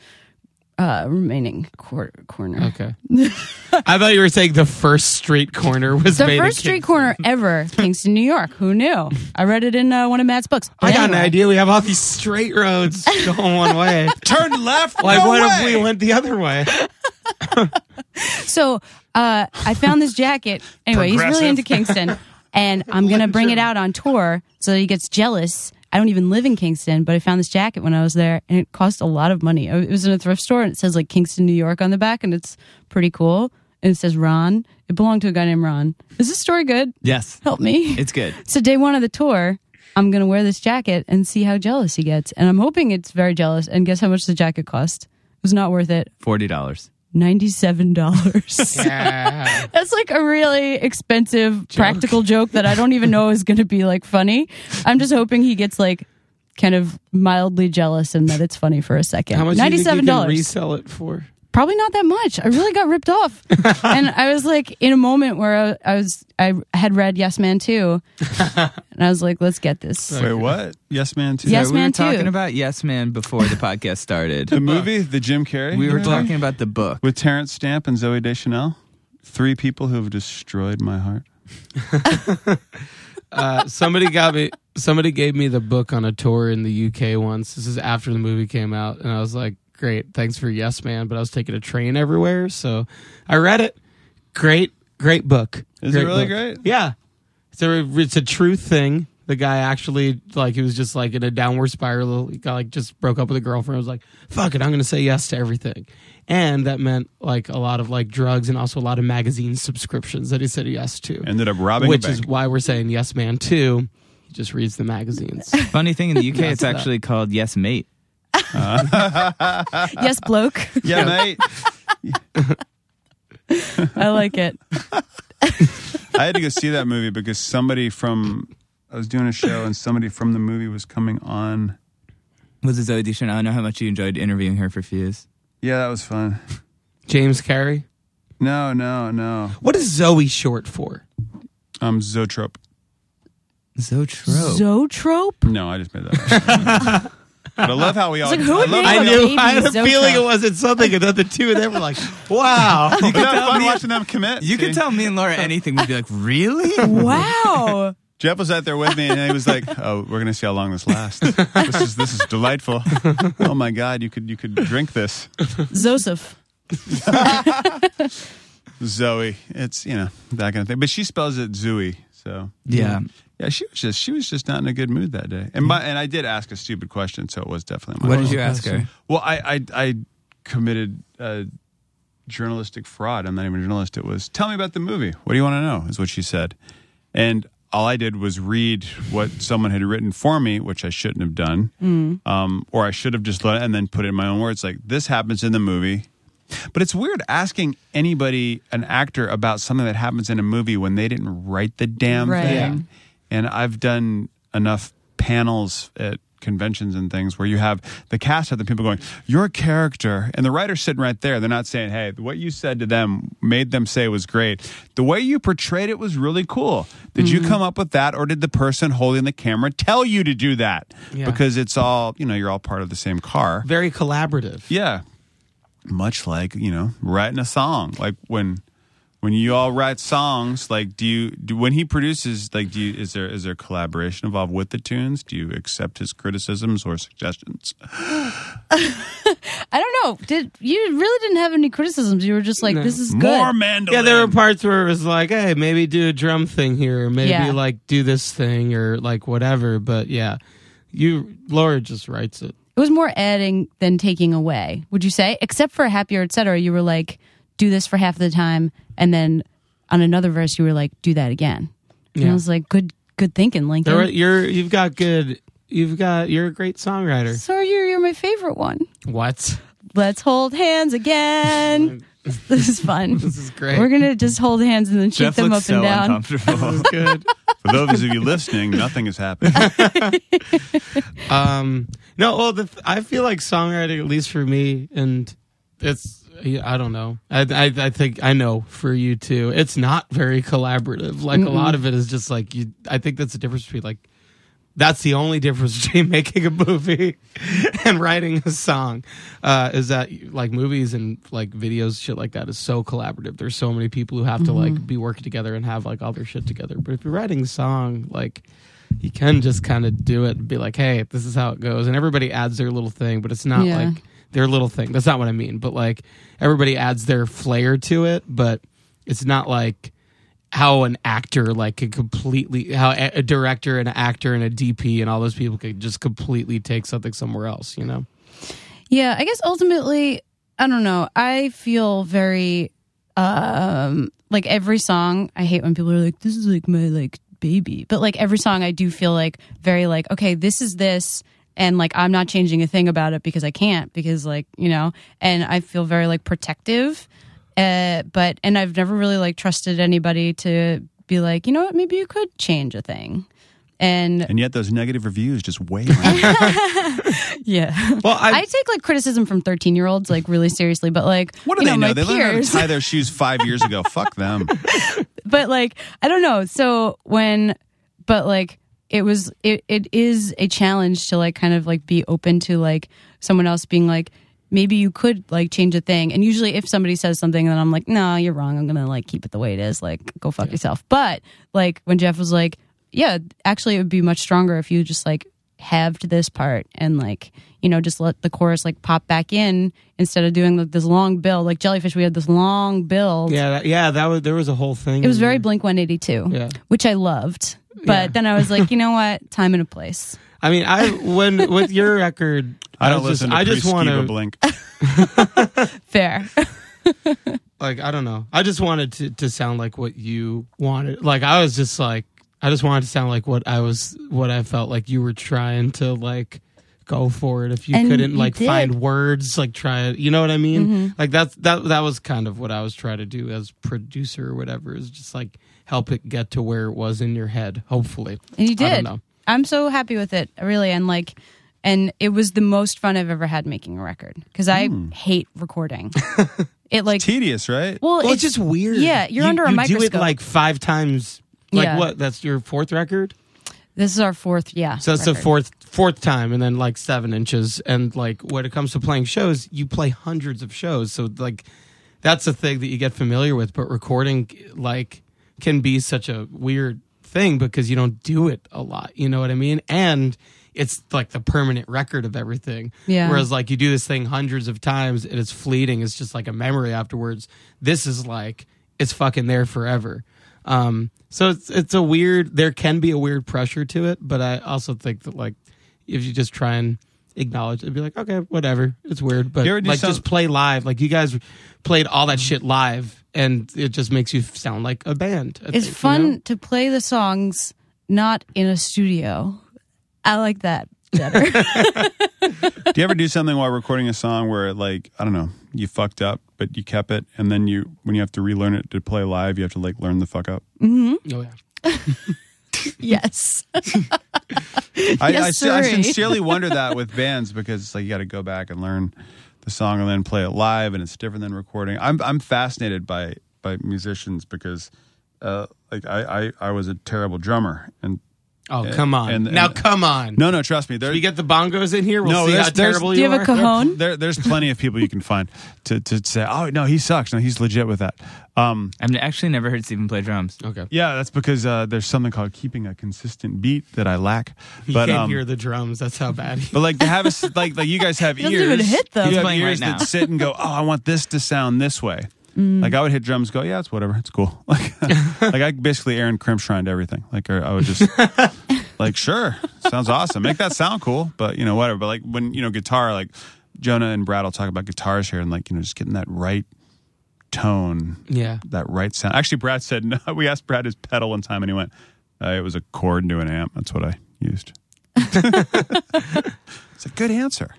uh remaining cor- corner.
okay. I thought you were saying the first street corner was
The
made in
first street
Kingston.
corner
*laughs*
ever, Kingston, New York. Who knew? I read it in uh, one of Matt's books.
I
But
got an
anyway.
idea. We have all these straight
*laughs*
roads going one way.
Turn left.
Like,
no
what if
way!
we went the other way?
So uh, I found this jacket. Anyway, he's really
Progressive.
into Kingston, and I'm gonna bring it out on tour so that he gets jealous. I don't even live in Kingston, but I found this jacket when I was there, and it cost a lot of money. It was in a thrift store, and it says like Kingston, New York, on the back, and it's pretty cool. And it says Ron. It belonged to a guy named Ron. Is this story good?
yes,
Help me.
it's good.
So day one of the tour, I'm gonna wear this jacket and see how jealous he gets. And I'm hoping it's very jealous. And guess how much the jacket cost? It was not worth it.
Forty dollars.
Ninety-seven
*laughs*
dollars. *laughs*
Yeah.
That's like a really expensive practical joke that I don't even know is going to be like funny. I'm just hoping he gets like kind of mildly jealous and that it's funny for a second.
How much do you think
Ninety-seven
you can
dollars,
resell it for?
probably not that much. I really got
*laughs*
ripped off, and I was like in a moment where I, I was I had read Yes
*laughs*
Man too, and I was like, let's get this.
Wait, what? Yes, man. Too.
Yes,
we were
Man, too.
talking about Yes Man before the podcast started.
*laughs* The movie, the Jim Carrey.
we were
movie?
talking about the book.
with Terrence Stamp and Zoe Deschanel. Three people who have destroyed my heart.
Uh, somebody got me. Somebody gave me the book on a tour in the UK once. This is after the movie came out, and I was like, "Great, thanks for Yes Man." But I was taking a train everywhere, so I read it. Great, great book.
Is it really
book.
great?
Yeah, it's a it's a true thing. The guy actually like he was just like in a downward spiral. He got like just broke up with a girlfriend. was like, "Fuck it, I'm gonna say yes to everything," and that meant like a lot of like drugs and also a lot of magazine subscriptions that he said yes to
Ended up robbing
which
a bank.
is why we're saying yes man too he just reads the magazines *laughs*
Funny thing in the UK, it's actually called Yes Mate.
Yes, bloke, *laughs*
yeah, mate.
I like it.
I had to go see that movie because somebody from I was doing a show and somebody from the movie was coming on.
*laughs* Was it Zoe Deschanel? I know how much you enjoyed interviewing her for Fuse.
Yeah, that was fun.
james carey
No, no, no.
what is zoe short for
Um, Zotrope.
Zotrope.
Zotrope.
No, I just made that. up. but I love how we all.
like, who would
Oh, I love
name
how
a
we
knew- I had a Baby feeling Zotrope. it
wasn't something another two of them *laughs* were like wow
all- But that was fun watching them commit.
You could
see?
tell me and
*laughs*
Laura anything. We'd be like,
*laughs*
really?
Wow.
Jeff was out there with me, and he was like, "Oh, we're gonna see how long this lasts. this is this is delightful. Oh my God, you could you could drink this,
Zoseph.
Zoe. It's you know that kind of thing. But she spells it Zooey. So
Yeah.
yeah, she was just she was just not in a good mood that day. And my and I did ask a stupid question, so it was definitely my
What
fault.
did you ask her?
Well, I I, I committed uh, journalistic fraud. I'm not even a journalist. It was tell me about the movie. What do you want to know? Is what she said, and all I did was read what someone had written for me, which I shouldn't have done, um, or I should have just let and then put it in my own words. Like this happens in the movie. But it's weird asking anybody, an actor, about something that happens in a movie when they didn't write the damn
Right.
thing. And I've done enough panels at conventions and things where you have the cast of the people going, your character, and the writer's sitting right there. They're not saying, hey, what you said to them made them say was great. The way you portrayed it was really cool. Did you come up with that, or did the person holding the camera tell you to do that?
Yeah.
Because it's all, you know, you're all part of the same car.
Very collaborative.
Yeah. Much like, you know, writing a song. Like when when you all write songs, like do you do when he produces, like do you is there is there collaboration involved with the tunes? Do you accept his criticisms or suggestions?
I don't know. Did you really didn't have any criticisms? You were just like, this is good.
More mandolin.
Yeah, there were parts where it was like, hey, maybe do a drum thing here, or maybe
Yeah.
like do this thing, or like whatever. But yeah, you Laura just writes it.
it was more adding than taking away. Would you say? Except for happier, etc. You were like, do this for half the time, and then on another verse, you were like, do that again. And
Yeah.
I was like, good, good thinking, Lincoln.
There were, you're you've got good. You've got you're a great songwriter.
so you're you're my favorite one.
What?
Let's hold
*laughs*
hands again. this is fun.
This is great.
We're gonna just hold hands and then
Jeff
shake them up
looks so
and down. *laughs*
uncomfortable.
good.
For those of you listening, nothing has happened.
Um, no, well, the, th- I feel like songwriting, at least for me, and it's yeah, I don't know. I, I I think I know for you too. It's not very collaborative. Like a lot of it is just like you. I think that's the difference between like that's the only difference between *laughs* making a movie and writing a song uh, is that like movies and like videos shit like that is so collaborative there's so many people who have to like be working together and have like all their shit together but if you're writing a song like you can just kind of do it and be like hey this is how it goes and everybody adds their little thing but it's not
Yeah.
like their little thing that's not what i mean but like everybody adds their flair to it but it's not like how an actor like could completely how a, a director and an actor and a DP and all those people could just completely take something somewhere else, you know.
Yeah, I guess ultimately, I don't know. I feel very um like every song, I hate when people are like this is like my like baby. But like every song I do feel like very like okay, this is this and like I'm not changing a thing about it because I can't because like, you know, and I feel very like protective. Uh but and I've never really like trusted anybody to be like, you know what, maybe you could change a thing. And
And yet those negative reviews just weigh on you.
yeah.
Well,
I take like criticism from 13 year olds like really seriously, but like,
What do
you
they
know,
know? They
my
learned how to
peers,
tie their shoes five years ago. Fuck
*laughs*
them.
but like, I don't know. So when, but like, it was, it, it is a challenge to like kind of like be open to like someone else being like, maybe you could like change a thing. And usually if somebody says something, then I'm like, no, you're wrong. I'm going to like keep it the way it is. Like, go fuck yourself. But like when Jeff was like, yeah, actually it would be much stronger if you just like halved this part and like you know just let the chorus like pop back in instead of doing like, this long build like jellyfish we had this long build
yeah, Mm-hmm. that, yeah, that was there was a whole thing.
it was very blink 182
Yeah.
which i loved but then i was like you
*laughs*
know what time and a place
I mean, I when with your record,
I don't
was
listen
just,
to
I just want to
blink.
fair
like I don't know. I just wanted to to sound like what you wanted. Like I was just like I just wanted to sound like what I was what I felt like you were trying to like go for it if you
And
couldn't
you
like
did. Mm-hmm.
find words like try it you know what I mean like that's that that was kind of what I was trying to do as producer or whatever is just like help it get to where it was in your head hopefully
and you
I don't
did
know.
i'm so happy with it really and like and it was the most fun i've ever had making a record because i
Hmm.
hate
*laughs*
recording it like
Tedious, right?
well,
well it's, just weird
yeah you're
You-
under a
you
microscope
do it like five times like
Yeah.
what that's your fourth record
this is our fourth yeah
So that's the
record.
fourth fourth time, and then like seven inches. And like when it comes to playing shows, you play hundreds of shows. So like that's a thing that you get familiar with. But recording like can be such a weird thing because you don't do it a lot. You know what I mean? And it's like the permanent record of everything.
Yeah.
Whereas like you do this thing hundreds of times and it's fleeting. It's just like a memory afterwards. This is like it's fucking there forever. Um, so it's it's a weird. There can be a weird pressure to it, but I also think that like if you just try and acknowledge it, be like, okay, whatever, it's weird, but
You ever do
like
some-
just play live. Like you guys played all that shit live, and it just makes you sound like a band. I think,
It's
you
fun
know?
to play the songs not in a studio. I like that better.
Do you ever do something while recording a song where, like, I don't know, you fucked up, but you kept it, and then you, when you have to relearn it to play live, you have to like learn the fuck up.
*laughs* Oh yeah.
yes.
I, I,
Yes,
si- I
sirree.
sincerely wonder that with bands because it's like you got to go back and learn the song and then play it live, and it's different than recording. I'm I'm fascinated by by musicians because uh, like I, I I was a terrible drummer, and
Oh, come on.
and-
now,
and-
come on.
no no trust me there
We get the bongos in here. We'll
No,
see
there's-
how
there's-
terrible
Do you
you,
have a
are.
cajon?
there there's plenty of people you can find to to say oh no he sucks no he's legit with that. Um,
I've actually never heard Stephen play drums.
Okay.
yeah, that's because uh, there's something called keeping a consistent beat that I lack.
You
But
can't
um,
hear the drums. That's how bad. he-
But like to have a s- like like you guys have
Doesn't
ears.
even hit them.
You
He's
have
playing
ears
right now.
that sit and go. Oh, I want this to sound this way.
Mm.
Like I would hit drums, go yeah, it's whatever, it's cool. *laughs*
*laughs*
Like like I basically Aaron Crimshrined everything. Like or I would
*laughs*
just like sure, sounds awesome, make that sound cool, but you know whatever. But like when you know guitar, like Jonah and Brad will talk about guitars here and like you know just getting that right tone,
*laughs* yeah.
that right sound. Actually, Brad said *laughs* no. We asked Brad his pedal one time, and he went, uh, "It was a cord into an amp. That's what I used." *laughs* it's a good answer.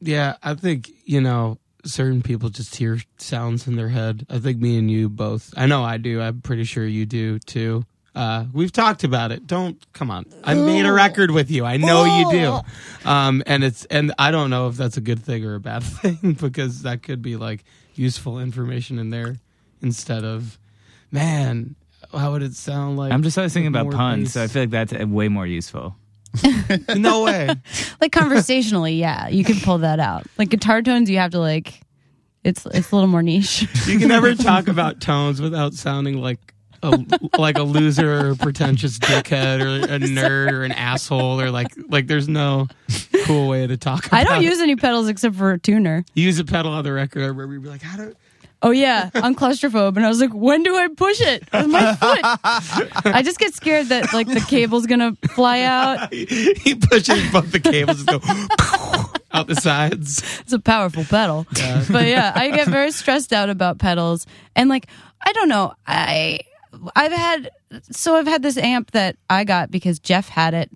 Yeah. I think, you know, certain people just hear sounds in their head. I think me and you both. I know I do. I'm pretty sure you do too. Uh, we've talked about it. Don't come on. I made a record with you. I know you do. Um, and it's and I don't know if that's a good thing or a bad *laughs* thing because that could be like useful information in there instead of, man, how would it sound like?
I'm just always thinking about
more
puns,
bass?
so I feel like that's uh, way more useful.
no way.
Like conversationally, yeah, you can pull that out. Like guitar tones, you have to like. It's it's a little more niche.
You can
*laughs*
never talk about tones without sounding like a like a loser or pretentious dickhead or
*laughs*
a nerd or an asshole or like like there's no cool way to talk about
I don't
it.
use any pedals except for a tuner.
You use a pedal on the record. I remember you'd be like, how do *laughs*
Oh yeah, I'm claustrophobe, and I was like, when do I push it with my foot? I just get scared that like the cable's gonna fly out.
he pushes both the cables and go *laughs* out the sides.
It's a powerful pedal. But yeah, I get very stressed out about pedals. And like, I don't know. I I've had so I've had this amp that I got because Jeff had it.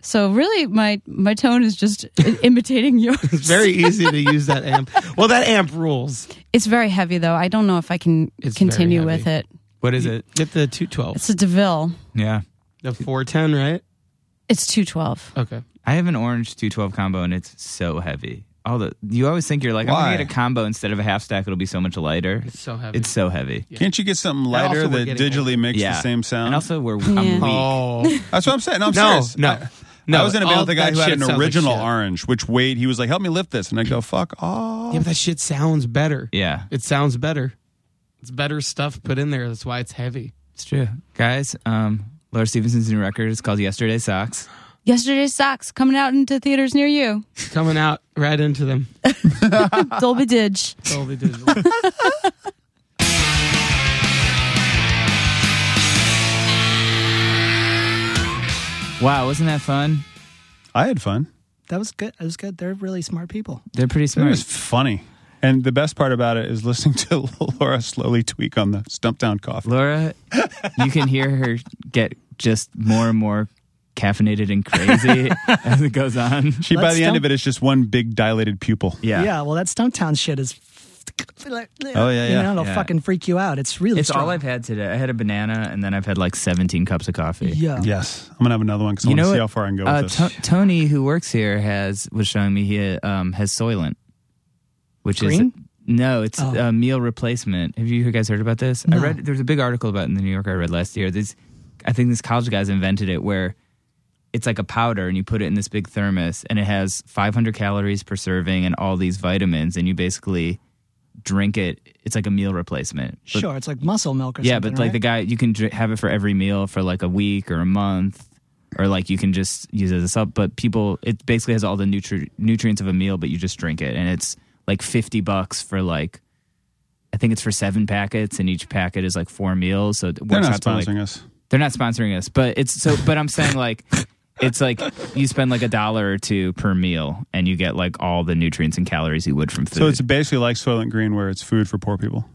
So really my my tone is just i- imitating yours.
*laughs* It's very easy to use that amp. Well, that amp rules.
It's very heavy though. I don't know if I can
It's very
continue
heavy.
with it.
What is it?
Get the two twelve,
It's a DeVille.
Yeah.
the four ten, right?
It's 212.
Okay.
I have an orange 212 combo and it's so heavy. All the you always think you're like, I'm
Why?
gonna get a combo instead of a half stack, it'll be so much lighter.
It's so heavy.
It's so heavy.
Can't you get something lighter
also
that
we're getting
digitally makes
Yeah.
the same sound?
And also we're
Yeah.
I'm weak.
oh
That's what I'm saying. No, I'm
no,
serious.
no,
I,
no.
I was in a
All
band with a guy
that
who had
shit
an
sounds like
original
shit.
orange, which weighed. He was like, "Help me lift this," and I go, "Fuck off."
Yeah, but that shit sounds better.
Yeah.
It sounds better. It's better stuff put in there. That's why it's heavy.
It's true. Guys, um, Laura Stevenson's new record is called Yesterday Socks.
Yesterday's Socks coming out into theaters near you.
Coming out right into them.
Dolby Didge.
Totally digital.
Wow, wasn't that fun?
I had fun.
That was good. That was good. They're really smart people.
They're pretty
It
smart.
was funny. And the best part about it is listening to *laughs* Laura slowly tweak on the Stumptown coffee.
Laura, you can hear her get just more and more caffeinated and crazy as it goes on.
She, by
Let's
the end of
stump-
it, is just one big dilated pupil.
Yeah.
Yeah. well, that Stumptown shit is. Oh
yeah,
You
yeah,
know, it'll
yeah.
fucking freak you out. It's really.
It's
strong.
all I've had today. I had a banana and then I've had like 17 cups of coffee.
Yeah.
Yes, I'm gonna have another one because I
You
want
know
to see
what?
how far I can go
Uh,
with this.
To- Tony, who works here, has was showing me he um, has Soylent, which
Green?
is no, it's
Oh.
a meal replacement. Have you guys heard about this? I
No.
read there's a big article about it in the New Yorker I read last year. These, I think these college guys invented it where it's like a powder and you put it in this big thermos and it has 500 calories per serving and all these vitamins and you basically drink it. It's like a meal replacement. But-
Sure, it's like muscle milk or
yeah,
something.
but like the
right?
guy, you can dr- have it for every meal for like a week or a month, or like you can just use it as a sub. But people, it basically has all the nutri- nutrients of a meal, but you just drink it, and it's like fifty bucks for like, I think it's for seven packets, and each packet is like four meals, so it
They're
works
not
out to like
sponsoring us.
they're not sponsoring us, but it's so. But I'm saying like, it's like you spend like a dollar or two per meal, and you get like all the nutrients and calories you would from food.
So it's basically like Soylent Green, where it's food for poor people.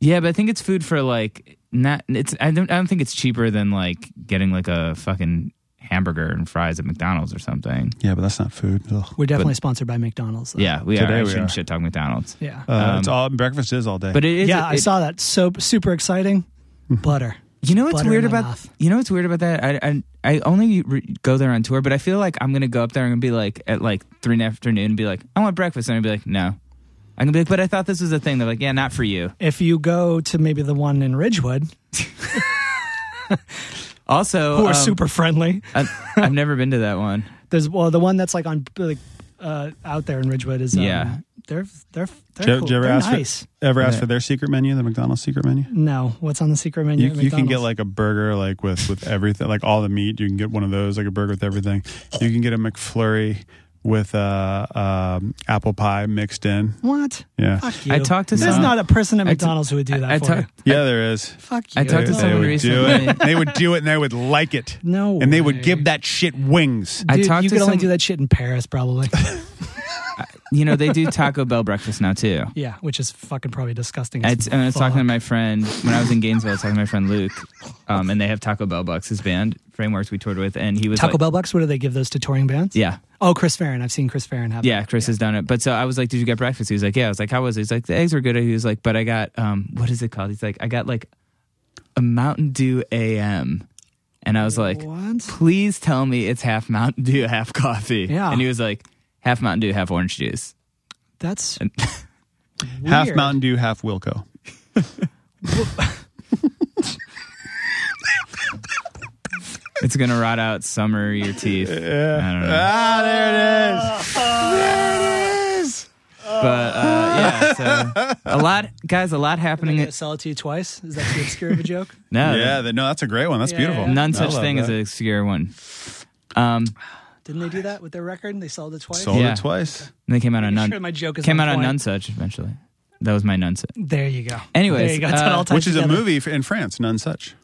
Yeah, but I think it's food for like not. It's I don't I don't think it's cheaper than like getting like a fucking hamburger and fries at McDonald's or something.
Yeah, but that's not food. Ugh.
We're definitely sponsored by McDonald's. Though.
Yeah, we
Today
are. I
we
shouldn't
are.
shit talk McDonald's.
Yeah.
Uh, it's all Uh, breakfast is all day.
Um, But it is.
yeah, I
it-
saw that. So super exciting. Butter.
You know what's
butter
weird
in my
about
mouth.
you know what's weird about that? I I, I only re- go there on tour, but I feel like I'm gonna go up there and be like at like three in the afternoon and be like, I want breakfast, and I'd be like, no. I'm gonna be like, but I thought this was a thing. They're like, yeah, not for you.
If you go to maybe the one in Ridgewood,
Also,
who are
um,
super friendly,
I, I've never been to that one.
there's well the one that's like on like uh, out there in Ridgewood is um,
Yeah.
They're they're they're,
Did you-
cool.
did you ever
they're
ask for-
nice.
Ever asked
Yeah.
for their secret menu, the McDonald's secret menu?
No, what's on the secret menu?
You,
at
you can get
McDonald's?
like a burger, like with with everything, like all the meat. You can get one of those, like a burger with everything. You can get a McFlurry with uh, um, apple pie mixed in.
what?
Yeah,
Fuck you.
I talked to
There's
some-
not a person at
I t-
McDonald's who would do that
I
for
talked-
you.
yeah, there is.
Fuck you.
I talked to
No.
someone
They would do
recently-
it. They would do it, and they would like it.
No
and they would
way.
give that shit wings.
I
Dude,
talked
you
to
could only
some-
do that shit in Paris, probably. *laughs*
You know, they do Taco Bell breakfast now too.
yeah, which is fucking probably disgusting.
I,
as
t- and I was talking to
fuck.
my friend when I was in Gainesville. I was talking to my friend Luke, um, and they have Taco Bell Bucks, his band frameworks we toured with, and he was
Taco
like,
Bell bucks. What do they give those to touring bands?
yeah,
Oh, Chris Farron. I've seen Chris Farron have.
yeah, Chris has done it. But so I was like, did you get breakfast? He was like, yeah. I was like, how was it? He's like, the eggs were good. He was like, but I got um, what is it called? He's like, I got like a Mountain Dew AM, and I was like,
What?
please tell me it's half Mountain Dew, half coffee.
Yeah.
And he was like, half Mountain Dew, half orange juice.
That's
And *laughs*
weird.
Half Mountain Dew, half Wilco.
it's gonna rot out summer your teeth. I don't know.
Ah, there it is. There it is.
But uh, yeah, so a lot, guys, a lot
I'm
happening.
gonna
At,
sell it to you twice. Is that too obscure of a joke? *laughs*
no,
Yeah, th- no, that's a great one. That's
Yeah,
beautiful.
yeah, yeah.
Oh, none
I
such
love
thing as
that.
an obscure one. Um,
Didn't they do that with their record? They sold it twice.
Sold
Yeah.
it twice.
and they came out on none.
Making sure my joke is
came
on
out on
point.
none such eventually. That was my none such.
There you go.
Anyways,
there you go. It's not
uh,
all tied
Which is a
together.
movie f- in France, none such.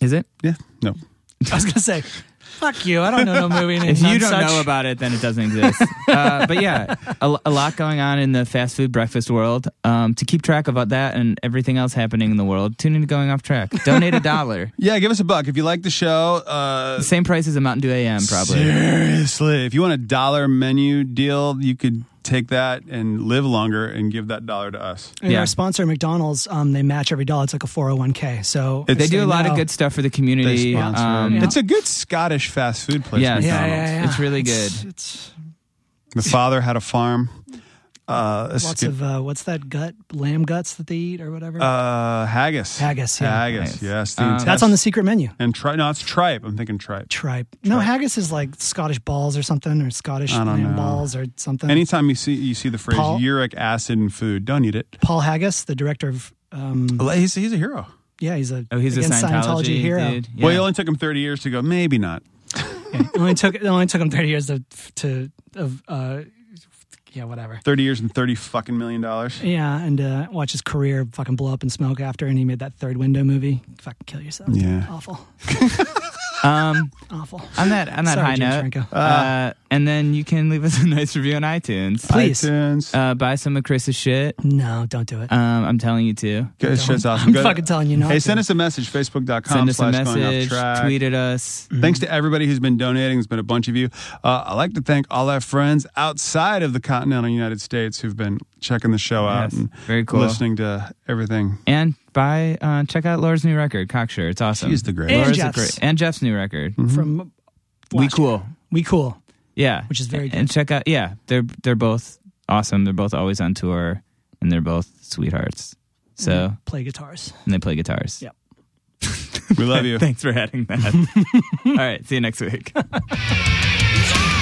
Is it?
Yeah, no.
*laughs* I was gonna say, fuck you. I don't know no movie. named
If you
None
don't
Such.
know about it, then it doesn't *laughs* exist. uh, but yeah, a, a lot going on in the fast food breakfast world. Um, to keep track of that and everything else happening in the world, tune into Going Off Track. Donate a dollar.
Yeah, give us a buck if you like the show. Uh,
Same price as a Mountain Dew AM, probably.
Seriously, if you want a dollar menu deal, you could take that and live longer and give that dollar to us.
And
Yeah.
our sponsor, McDonald's, um, they match every dollar. It's like a 401k. So
They
They do a lot of good stuff for the community.
They sponsor
Um,
Yeah.
It's a good Scottish fast food place.
Yes.
Yeah, yeah,
McDonald's.
yeah.
It's really
It's-
good.
It's,
The father had a farm. Uh, a
lots
sk-
of uh, what's that gut? Lamb guts that they eat or whatever.
uh, haggis.
Haggis, yeah.
Haggis.
Nice.
Yes. The
Um,
intestine-
That's on the secret menu.
and tri- No, it's tripe. I'm thinking tripe.
Tripe. No, haggis is like Scottish balls or something, or Scottish
I don't
lamb
know.
balls or something.
Anytime you see you see the phrase
Paul?
uric acid in food, don't eat it.
Paul Haggis, the director of, um,
He's, he's a hero.
yeah, he's a
Oh, he's a
against
Scientology,
hero.
dude.
Well,
Yeah.
it only took him 30 years to go. Maybe not.
*laughs* It only took it only took him thirty years to to of uh, yeah whatever.
30 years and 30 fucking million dollars.
Yeah, and uh, watch his career fucking blow up in smoke after, and he made that third window movie. Fucking kill yourself. dude.
Yeah.
awful,
Um,
awful.
on that on that
Sorry,
high
James
note,
Franco.
uh, and then you can leave us a *laughs* nice review on iTunes.
Please.
iTunes.
Uh, buy some of Chris's shit.
No, don't do it.
Um, I'm telling you to.
Okay, this shit's awesome.
I'm
Go to-
fucking telling you not.
Hey,
to.
send us a message, facebook.com
Send us a
slash going off
message.
track.
Tweet at us.
Thanks to everybody who's been donating. There's been a bunch of you. Uh, I'd like to thank all our friends outside of the continental United States who've been checking the show out
Yes.
and
Very cool.
listening to everything.
And buy, uh, check out Laura's new record, Cocksure. It's awesome.
She's the greatest.
And
Laura's a
Jeff's.
great- and Jeff's new record.
from
We
Watch it.
cool.
We cool.
Yeah,
Which is very
And
good.
check out. Yeah, they're they're both awesome. They're both always on tour, and they're both sweethearts. So
Play guitars.
and they play guitars.
Yep.
We love
*laughs*
you.
Thanks for adding that. All right. See you next week.
Yeah!